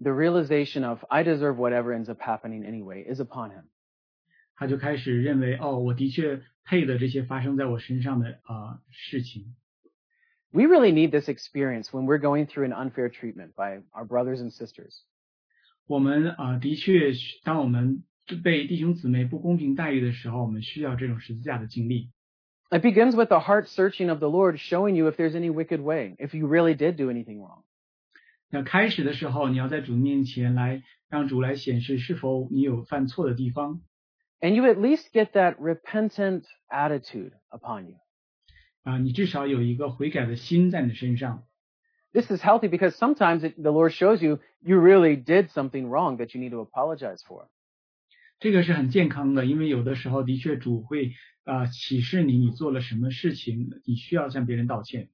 The realization of I deserve whatever ends up happening anyway is upon him.
他就开始认为，哦，我的确配得这些发生在我身上的啊、呃事情。
We really need this experience when we're going through an unfair treatment by our brothers and sisters.
我们啊、呃的确是，当我们被弟兄姊妹不公平待遇的时候，我们需要这种十字架的经历。
It begins with the heart searching of the Lord showing you if there's any wicked way, if you really did do anything wrong.
那开始的时候，你要在主面前来让主来显示是否你有犯错的地方，
And you at least get that repentant attitude upon you.
啊、你至少有一个悔改的心在你身上。
This is healthy because sometimes it, the Lord shows you you really did something wrong that you need to apologize for.
这个是很健康的，因为有的时候的确主会啊、呃启示你你做了什么事情，你需要向别人道歉。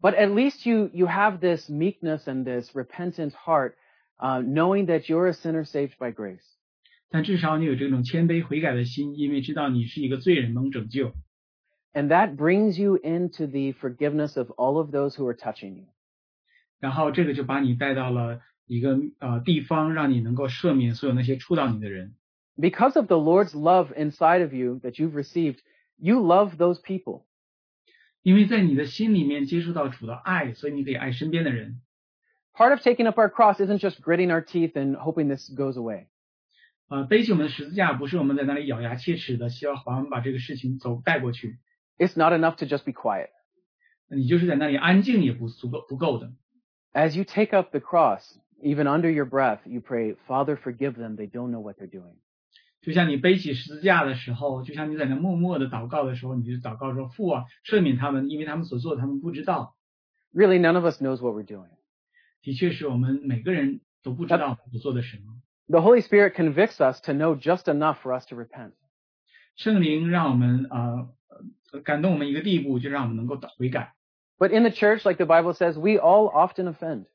But at least you, you have this meekness and this repentant heart, uh, knowing that you're a sinner saved by grace.
但至少你有这种谦卑悔改的心，因为知道你是一个罪人蒙拯救，
And that brings you into the forgiveness of all of those who are touching you.
然后这个就把你带到了一个呃地方，让你能够赦免所有那些触到你的人。
Because of the Lord's love inside of you that you've received, you love those people.
因为在你的心里面接触到主的爱，所以你可以爱身边的人。
Part of taking up our cross isn't just gritting our teeth and hoping this goes away.
呃，背起我们的十字架，不是我们在那里咬牙切齿的，希望好像把这个事情走带过去。
It's not enough to just be quiet.
你就是在那里安静也不足够不够的。
As you take up the cross, even under your breath, you pray, Father, forgive them. They don't know what they're doing.
就像你背起十字架的时候，就像你在那默默的祷告的时候，你就祷告说：“父啊，赦免他们，因为他们所做的他们不知道。
Really, none of us knows what we're doing. ”
的确是我们每个人都不知道我们做的什么。
The Holy Spirit convicts us to know just enough for us to repent.
圣灵让我们呃呃感动我们一个地步，就让我们能够悔改。
But in the church, like the Bible says, we all often offend.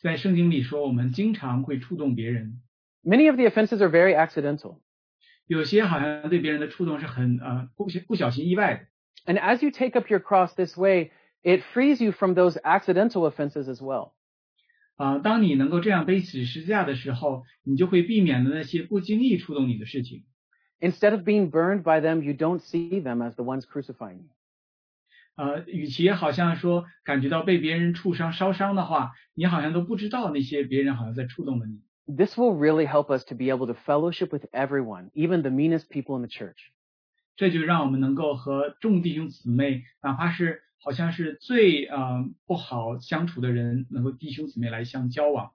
在圣经里说，我们经常会触动别人，
Many of the offenses are very accidental.
有些好像对别人的触动是很呃不小不小心意外的。
And as you take up your cross this way, it frees you from those accidental offenses as well.
啊、当你能够这样背起十字架的时候，你就会避免了那些不经意触动你的事情。
Instead of being burned by them, you don't see them as the ones crucifying you.
呃，与其好像说感觉到被别人触伤、烧伤的话，你好像都不知道那些别人好像在触动了你。
This will really help us to be able to fellowship with everyone, even the meanest people in the church.
这就让我们能够和众弟兄姊妹，哪怕是好像是最呃不好相处的人，能够弟兄姊妹来相交往。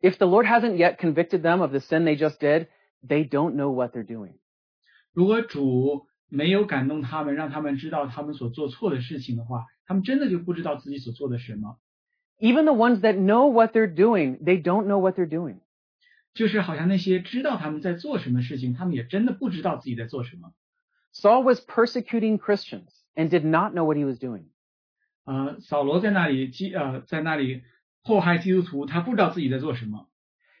If the Lord hasn't yet convicted them of the sin they just did, they don't know what they're doing.
如果主没有感动他们，让他们知道他们所做错的事情的话，他们真的就不知道自己所做的什么。
Even the ones that know what they're doing, they don't know what they're doing.
就是好像那些知道他们在做什么事情，他们也真的不知道自己在做什么。
Saul was persecuting Christians and did not know what he was doing.
呃，扫罗在那里基呃在那里迫害基督徒，他不知道自己在做什么。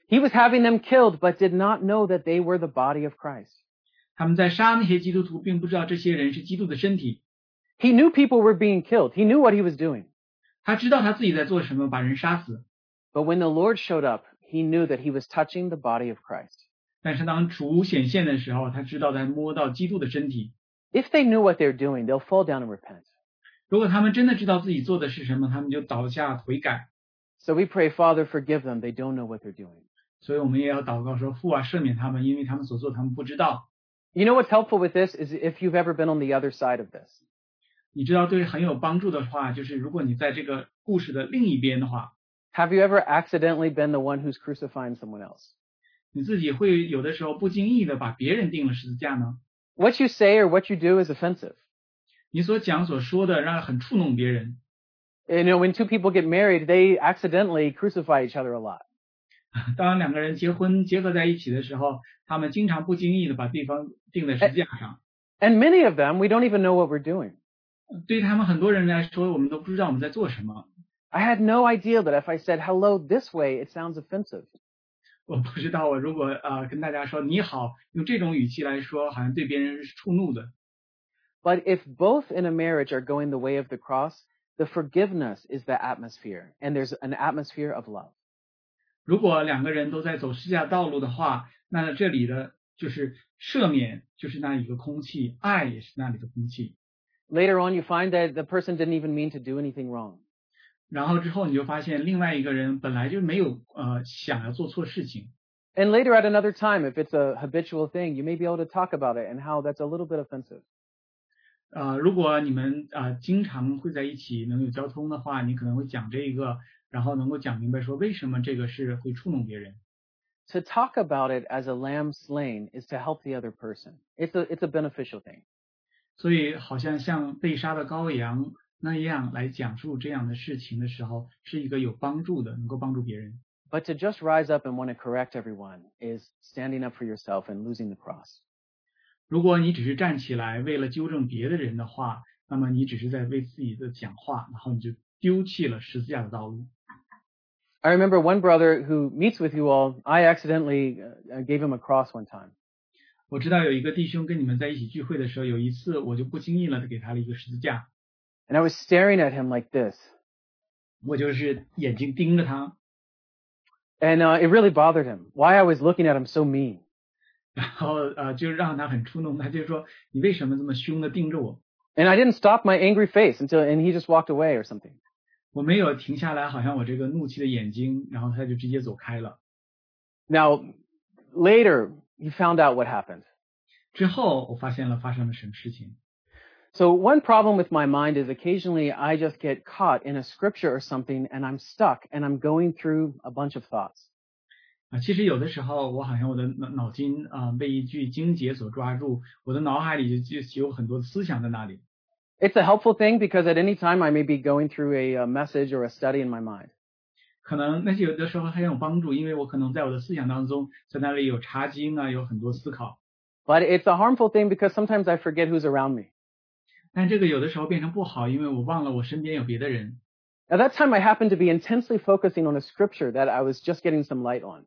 He was having them killed, but did not know that they were the body of Christ.
他们在杀那些基督徒，并不知道这些人是基督的身体。
He knew people were being killed. He knew what he was doing.
他知道他自己在做什么，把人杀死。
But when the Lord showed up, he knew that he was touching the body of Christ.
但是当主显现的时候，他知道他摸到基督的身体。
If they knew what they're doing, they'll fall down and repent.
如果他们真的知道自己做的是什么，他们就倒下悔改。
So we pray, Father, forgive them. They don't know what they're doing.
所以我们也要祷告说：“父啊，赦免他们，因为他们所做，他们不知道。”
You know what's helpful with this is if you've ever been on the other side of this.
你知道对很有帮助的话，就是如果你在这个故事的另一边的话，
Have you ever accidentally been the one who's crucifying someone else?
你自己会有的时候不经意的把别人定了十字架呢？
What you say or what you do is offensive.
你所讲所说的让很触动别人。 [laughs]
You know, when two people get married, they accidentally crucify each other a lot.
当两个人结婚结合在一起的时候，他们经常不经意的把对方定在十字架上。
And many of them, we don't even know what we're doing.
对他们很多人来说，我们都不知道我们在做什么。
I had no idea that if I said hello this way, it sounds offensive.
我不知道，我如果呃跟大家说你好，用这种语气来说，好像对别人是触怒的。
But if both in a marriage are going the way of the cross, the forgiveness is the atmosphere, and there's an atmosphere of love.
如果两个人都在走十字架道路的话，那这里的就是赦免，就是那一个空气，爱也是那里的空气。
Later on, you find that the person didn't even mean to do anything wrong.
然后之后你就发现，另外一个人本来就没有呃想要做错事情。
And later at another time, if it's a habitual thing, you may be able to talk about it and how that's a little bit offensive.
呃，如果你们呃经常会在一起能有交通的话，你可能会讲这一个，然后能够讲明白说为什么这个是会触动别人。
To talk about it as a lamb slain is to help the other person. It's a, it's a beneficial thing.
所以好像像被杀的羔羊那样来讲述这样的事情的时候，是一个有帮助的，能够帮助别人。
But to just rise up and want to correct everyone is standing up for yourself and losing the cross.
如果你只是站起来为了纠正别的人的话，那么你只是在为自己的讲话，然后你就丢弃了十字架的道路。
I remember one brother who meets with you all. I accidentally uh, gave him a cross one time.
我知道有一个弟兄跟你们在一起聚会的时候，有一次我就不经意了给他了一个十字架，
And I was staring at him like this.
我就是眼睛盯着他，
And uh, it really bothered him why I was looking at him so mean.
然后呃就让他很触动，他就说你为什么这么凶的盯着我？
And I didn't stop my angry face until, and he just walked away or something.
我没有停下来，好像我这个怒气的眼睛，然后他就直接走开了。
Now, later, he found out what happened.
之后我发现了发生了什么事情。
So one problem with my mind is occasionally I just get caught in a scripture or something and I'm stuck and I'm going through a bunch of thoughts.
啊，其实有的时候我好像我的脑脑筋啊、被一句经节所抓住，我的脑海里就就有很多思想在那里。
It's a helpful thing because at any time I may be going through a, uh message or a study in my mind.
可能那些有的时候很有帮助，因为我可能在我的思想当中，在那里有查经啊，有很多思考。
But it's a harmful thing because sometimes I forget who's around me.
但这个有的时候变成不好，因为我忘了我身边有别的人。
At that time I happened to be intensely focusing on a scripture that I was just getting some light on.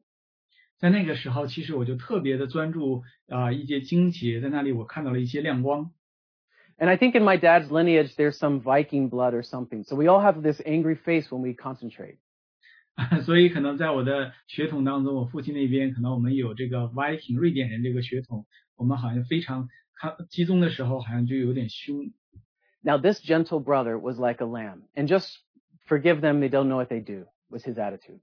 在那个时候，其实我就特别的专注啊、一些经节，在那里我看到了一些亮光。 [laughs]
And I think in my dad's lineage there's some Viking blood or something. So we all have this angry face when we concentrate.
所以可能在我的血统当中，我父亲那边可能我们有这个 Viking 瑞典人这个血统，我们好像非常看集中的时候，好像就有点凶。
Now this gentle brother was like a lamb and just forgive them. They don't know what they do was his attitude.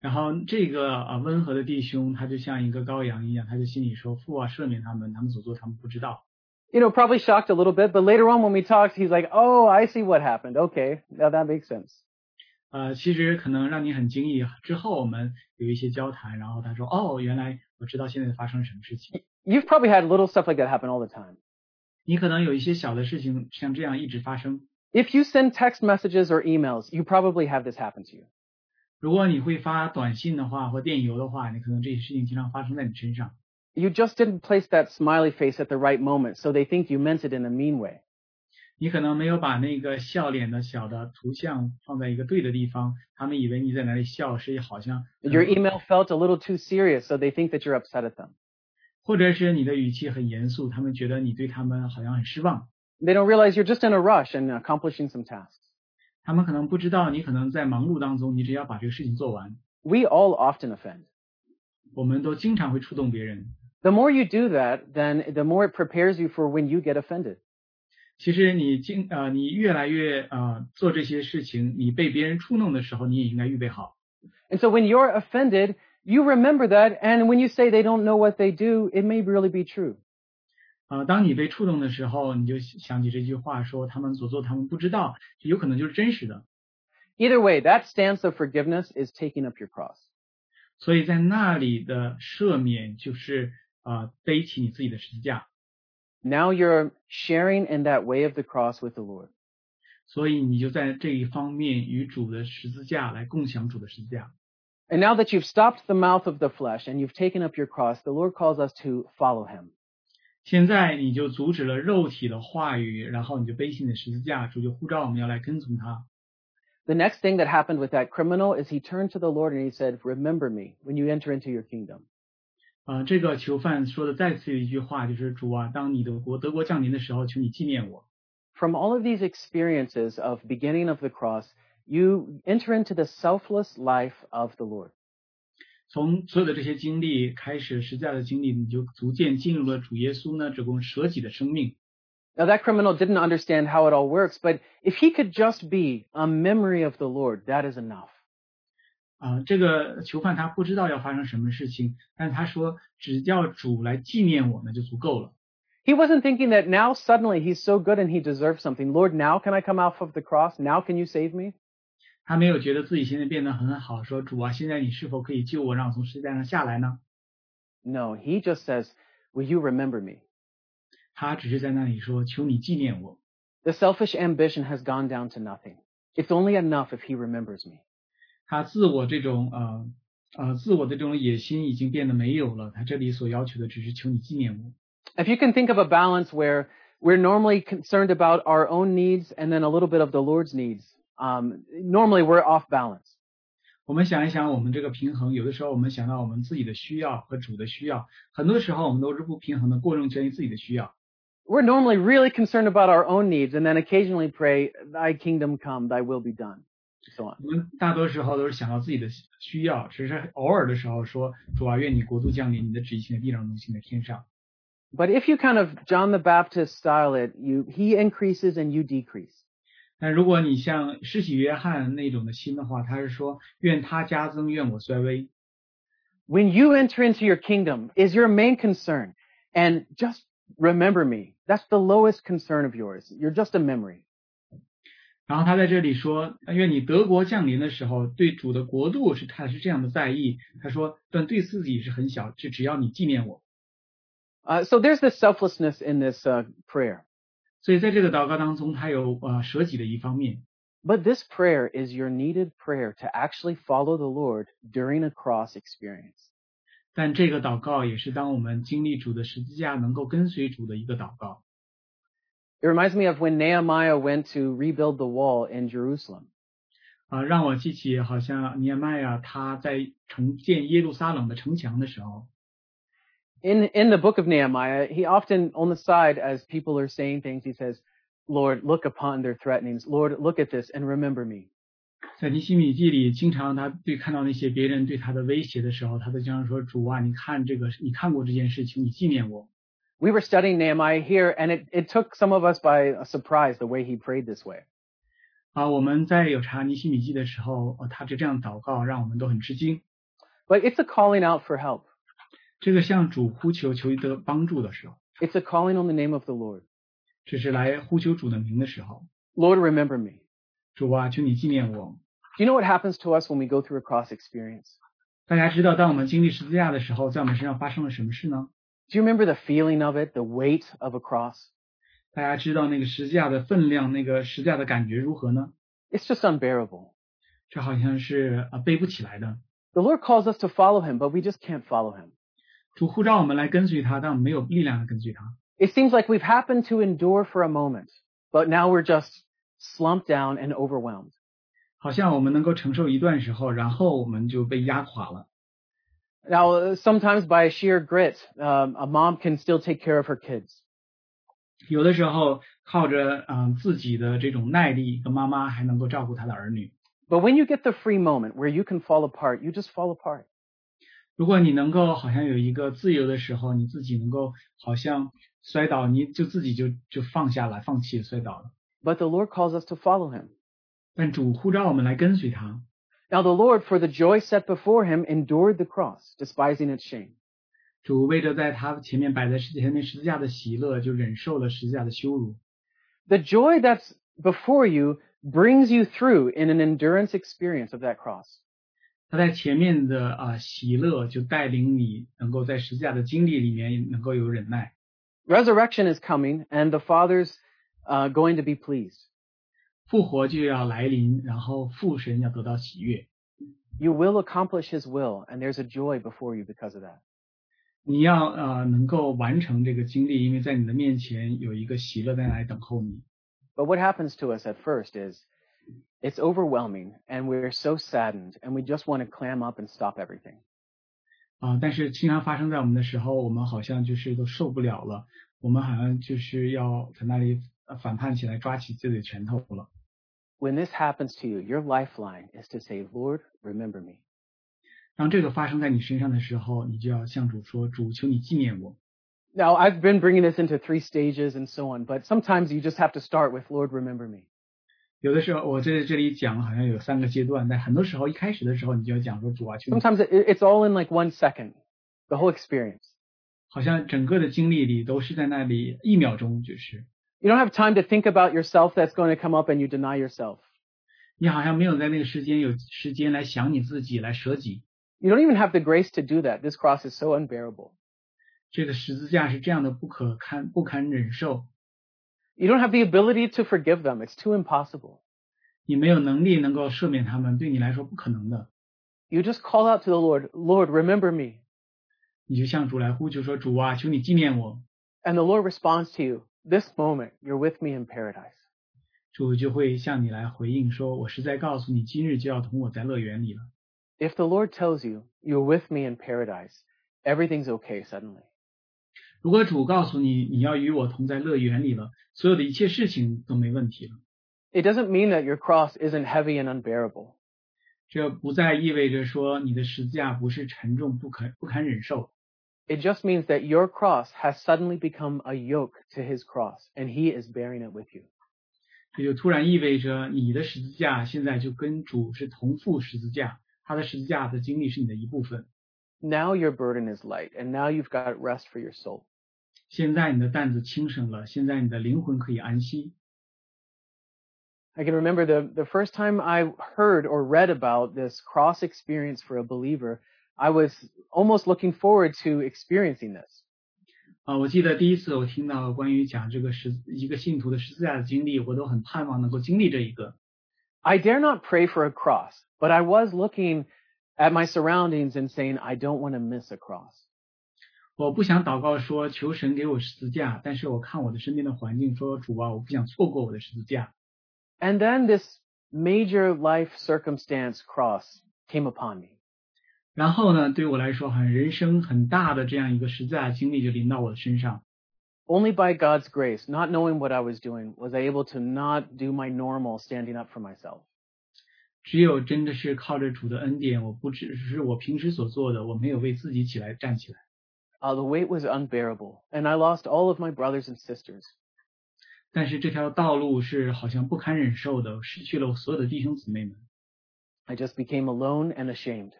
然后这个啊温和的弟兄，他就像一个羔羊一样，他就心里说父啊赦免他们，他们所做他们不知道。
You know, probably shocked a little bit, but later on when we talked, he's like, Oh, I see what happened. Okay. Now that makes sense.
呃，其实可能让你很惊异。之后我们有一些交谈，然后他说哦，原来我知道现在发生什么事情。
You've probably had little stuff like that happen all the time.
你可能有一些小的事情像这样一直发生。
If you send text messages or emails, you probably have this happen to you.
如果你会发短信的话或电邮的话，你可能这些事情经常发生在你身上。
You just didn't place that smiley face at the right moment, so they think you meant it in a mean way.
你可能没有把那个笑脸的小的图像放在一个对的地方，他们以为你在哪里笑，是好像呃
Your
Mm-hmm.
email felt a little too serious, so they think that you're upset at them.
或者是你的语气很严肃，他们觉得你对他们好像很失望。
They don't realize you're just in a rush and accomplishing some tasks.
他们可能不知道，你可能在忙碌当中，你只要把这个事情做完。
We all often offend.
我们都经常会触动别人。
The more you do that, then the more it prepares you for when you get offended.
其实你经呃，你越来越呃做这些事情，你被别人触动的时候，你也应该预备好。
And so when you're offended, you remember that, and when you say they don't know what they do, it may really be true.
啊、当你被触动的时候，你就想起这句话说，他们所做他们不知道，有可能就是真实的。
Either way, that stance of forgiveness is taking up your cross.
所以在那里的赦免就是啊、背起你自己的十字架。
Now you're sharing in that way of the cross with the Lord.
所以你就在这一方面与主的十字架来共享主的十字架。
And now that you've stopped the mouth of the flesh and you've taken up your cross, the Lord calls us to follow him.
现在你就阻止了肉体的话语，然后你就背起你的十字架，主就呼召我们要来跟从他。
The next thing that happened with that criminal is he turned to the Lord and he said, Remember me when you enter into your kingdom.
啊、这个囚犯说的再次一句话就是：“主啊，当你的国德国降临的时候，求你纪念我。
From all of these experiences of beginning of the cross, you enter into the selfless life of the Lord. ”
从所有的这些经历开始，十字架的经历，你就逐渐进入了主耶稣呢这种舍己的生命。
Now that criminal didn't understand how it all works, but if he could just be a memory of the Lord, that is enough.
啊、这个囚犯他不知道要发生什么事情，但是他说只要主来纪念我们就足够了。
He wasn't thinking that now suddenly he's so good and he deserves something. Lord, now can I come off of the cross? Now can you save me?
他没有觉得自己现在变得很好，说主啊，现在你是否可以救我，让我从十字架上下来呢？
No, he just says, Will you remember me?
他只是在那里说求你纪念我。
The selfish ambition has gone down to nothing. It's only enough if he remembers me.
他自我这种呃呃自我的这种野心已经变得没有了，他这里所要求的只是求你纪念我。
If you can think of a balance where we're normally concerned about our own needs and then a little bit of the Lord's needs, um, normally we're off balance.
我们想一想，我们这个平衡，有的时候我们想到我们自己的需要和主的需要，很多时候我们都是不平衡的，过重权于自己的需要。
We're normally really concerned about our own needs and then occasionally pray, Thy kingdom come, Thy will be done, and so on.
我们大多时候都是想到自己的需要，只是偶尔的时候说主啊，愿你国度降临，你的旨意行在地上，如行在天上。
But if you kind of John the Baptist style it, you he increases and you decrease.
但如果你像施洗约翰那种的心的话，他是说愿他加增，愿我衰微。
When you enter into your kingdom is your main concern. And just remember me. That's the lowest concern of yours. You're just a memory.
然后他在这里说，愿你德国降临的时候，对主的国度是他是这样的在意。他说，但对自己是很小，就只要你纪念我。
Uh, so there's this selflessness in this uh, prayer.
所以在这个祷告当中，他有呃舍己的一方面，
But this prayer is your needed prayer to actually follow the Lord during a cross experience.
但这个祷告也是当我们经历主的十字架，能够跟随主的一个祷告。
It reminds me of when Nehemiah went to rebuild the wall in Jerusalem.
啊、让我记起好像尼亚麦亚他在重建耶路撒冷的城墙的时候，
in in the book of Nehemiah, he often on the side as people are saying things, he says, "Lord, look upon their threatenings. Lord, look at this and remember me."
在尼西米记里，经常他对看到那些别人对他的威胁的时候，他都经常说：“主啊，你看这个，你看过这件事情，你纪念我。
We were studying Nehemiah here, and it, it took some of us by surprise the way he prayed this way. ”
啊，我们在有查尼西米记的时候，呃他就这样祷告，让我们都很吃惊。
But it's a calling out for help.
这个向主呼求求得帮助的时候，
It's a calling on the name of the Lord.
这是来呼求主的名的时候。
Lord, remember me.
主啊，求你纪念我。
Do you know what happens to us when we go through a cross experience?
大家知道，当我们经历十字架的时候，在我们身上发生了什么事呢？
Do you remember the feeling of it, the weight of a cross?
大家知道那个十字架的分量，那个十字架的感觉如何呢？
It's just unbearable.
这好像是呃背不起来的。
The Lord calls us to follow him, but we just can't follow him.
主呼召我们来跟随他，但我们没有力量来跟随他。
It seems like we've happened to endure for a moment, but now we're just slumped down and overwhelmed.
好像我们能够承受一段时候，然后我们就被压垮了。
Now, uh, sometimes by sheer grit, um, a mom can still take care of her kids.
有的时候靠着嗯、呃自己的这种耐力，一个妈妈还能够照顾她的儿女。
But when you get the free moment where you can fall apart, you just fall apart.
如果你能够好像有一个自由的时候，你自己能够好像摔倒，你就自己就就放下来，放弃摔倒了。
But the Lord calls us to follow him.
但主呼召我们来跟随他。
Now, the Lord, for the joy set before him, endured the cross, despising its shame.
主为着在他前面摆在十前面十字架的喜乐，就忍受了十字架的羞辱。
The joy that's before you brings you through in an endurance experience of that cross.
他在前面的啊、喜乐，就带领你能够在十字架的经历里面能够有忍耐。
Resurrection is coming, and the Father's uh, going to be pleased.
复活就要来临，然后父神要得到喜悦。
You will accomplish His will, and there's a joy before you because of that.
你要呃能够完成这个经历，因为在你的面前有一个喜乐在那里等候你。
But what happens to us at first is it's overwhelming, and we're so saddened, and we just want to clam up and stop everything.
啊、但是经常发生在我们的时候，我们好像就是都受不了了，我们好像就是要在那里呃反叛起来，抓起自己的拳头了。
When this happens to you, your lifeline is to say, Lord, remember me.
当这个发生在你身上的时候，你就要向主说：“主，求你纪念我。
Now, I've been bringing this into three stages and so on, but sometimes you just have to start with, Lord, remember me. ”
有的时候我在这里讲好像有三个阶段，但很多时候一开始的时候你就要讲说：“主啊，求你。
Sometimes it, it's all in like one second, the whole experience. ”
好像整个的经历里都是在那里一秒钟，就是。
You don't have time to think about yourself that's going to come up and you deny yourself.
你好像没有在那个时间有时间来想你自己，来舍己。
You don't even have the grace to do that. This cross is so unbearable.
这个十字架是这样的不可堪、不堪忍受，
You don't have the ability to forgive them. It's too impossible.
你没有能力能够赦免他们，对你来说不可能的。
You just call out to the Lord, Lord, remember me.
你就向主来呼求说：“主啊，求你纪念我。
And the Lord responds to you, This moment, you're with me in paradise. ”
主就会向你来回应说：“我实在告诉你，今日就要同我在乐园里了。
If the Lord tells you, You're with me in paradise, everything's okay suddenly. ”
如果主告诉你你要与我同在乐园里了，所有的一切事情都没问题了。
It doesn't mean that your cross isn't heavy and unbearable.
这不再意味着说你的十字架不是沉重不可不堪忍受，
It just means that your cross has suddenly become a yoke to his cross, and he is bearing it with you.
这就突然意味着你的十字架现在就跟主是同负十字架，他的十字架的经历是你的一部分。
Now your burden is light, and now you've got rest for your soul.
现在你的担子轻省了，现在你的灵魂可以安息。
I can remember the, the first time I heard or read about this cross experience for a believer, I was almost looking forward to experiencing this.
啊，我记得第一次我听到关于讲这个十一个信徒的十字架的经历，我都很盼望能够经历这一个。
I dare not pray for a cross, but I was looking at my surroundings and saying, I don't want to miss a cross.
我不想祷告说求神给我十字架，但是我看我的身边的环境说主啊，我不想错过我的十字架。
And then this major life circumstance cross came upon me.
然后呢，对我来说，很人生很大的这样一个十字架的经历就临到我的身上。
Only by God's grace, not knowing what I was doing, was I able to not do my normal standing up for myself.
只有真的是靠着主的恩典，我不只是我平时所做的，我没有为自己起来站起来。
Uh, the weight was unbearable, and I lost all of my brothers and sisters.
但是这条道路是好像不堪忍受的，失去了我所有的弟兄姊妹们，
I just became alone and ashamed.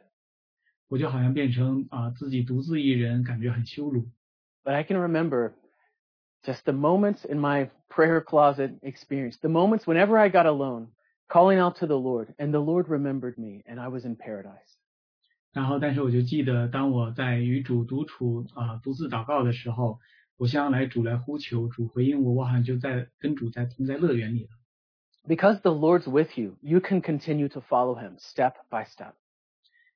我就好像变成啊、自己独自一人，感觉很羞辱。
But I can remember just the moments in my prayer closet experience, the moments whenever I got alone, calling out to the Lord, and the Lord remembered me, and I was in paradise.
然后，但是我就记得，当我在与主独处啊、独自祷告的时候，我向来主来呼求，主回应我，我好像就在跟主在同在乐园里了。
Because the Lord's with you, you can continue to follow him step by step.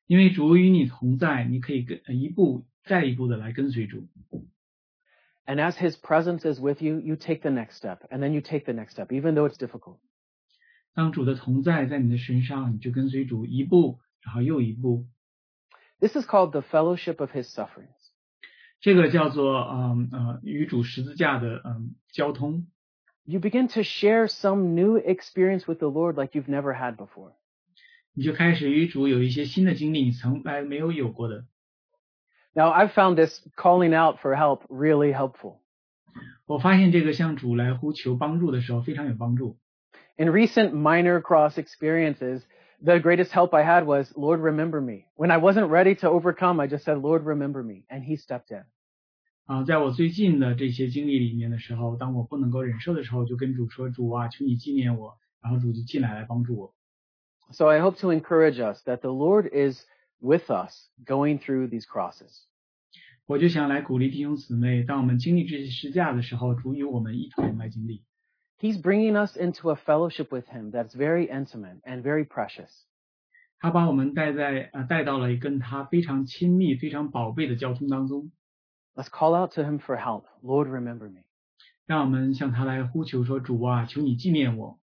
因为主与你同在，你可以跟呃一步再一步的来跟随主。
And as his presence is with you, you take the next step, and then you take the next step, even though it's difficult.
当主的同在在你的身上，你就跟随主一步，然后又一步。
This is called the fellowship of his sufferings.
这个叫做嗯呃与主十字架的嗯交通。
You begin to share some new experience with the Lord like you've never had before.
你就开始与主有一些新的经历，你从来没有有过的。
Now, I've found this calling out for help really helpful.
我发现这个向主来呼求帮助的时候非常有帮助。
In recent minor cross experiences, the greatest help I had was, Lord, remember me. When I wasn't ready to overcome, I just said, Lord, remember me. And he stepped in.
啊，在我最近的这些经历里面的时候，当我不能够忍受的时候，就跟主说：“主啊，求你纪念我。”然后主就进来来帮助我。
So I hope to encourage us that the Lord is with us going through these crosses.
我就想来鼓励弟兄姊妹，当我们经历这些施架的时候，主与我们一同来经历。
He's bringing us into a fellowship with him that's very intimate and very precious.
他把我们带在啊、带到了跟他非常亲密、非常宝贝的交通当中，
Let's call out to him for help. Lord, remember me.
让我们向他来呼求说：“主啊，求你纪念我。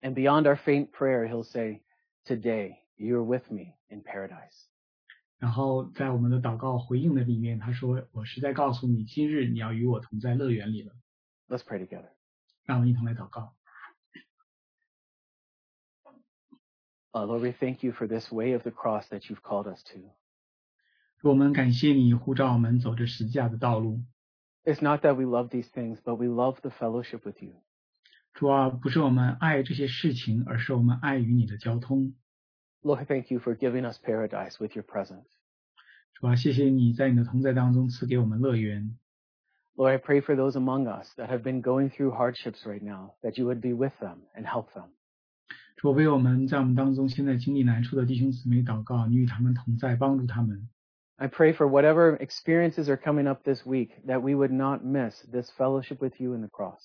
And beyond our faint prayer, he'll say, Today you're with me in paradise. ”
然后在我们的祷告回应的里面，他说：“我实在告诉你，今日你要与我同在乐园里了。
Let's pray together. ”
让我们一同来祷告。
Uh, Lord, we thank you for this way of the cross that you've called us to.
主我们感谢你呼召我们走这十字架的道路。
It's not that we love these things, but we love the fellowship with you.
主啊，不是我们爱这些事情，而是我们爱与你的交通。
Lord, I thank you for giving us paradise with your presence.
主啊，谢谢你在你的同在当中赐给我们乐园。
Lord, I pray for those among us that have been going through hardships right now, that you would be with them and help them.
主啊为我们在我们当中现在经历难处的弟兄姊妹祷告，你与他们同在，帮助他们。
I pray for whatever experiences are coming up this week, that we would not miss this fellowship with you in the cross.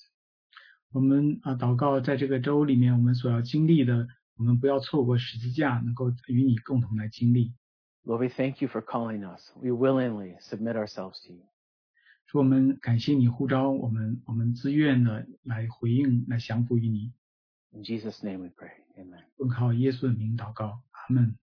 我们啊，祷告在这个周里面，我们所要经历的，我们不要错过十字架，能够与你共同来经历。
Lord, we thank you for calling us. We willingly submit ourselves to you.
主，我们感谢你呼召我们，我们自愿的来回应，来降服于你。
In Jesus' name we pray. Amen.
奉靠耶稣的名祷告，阿门。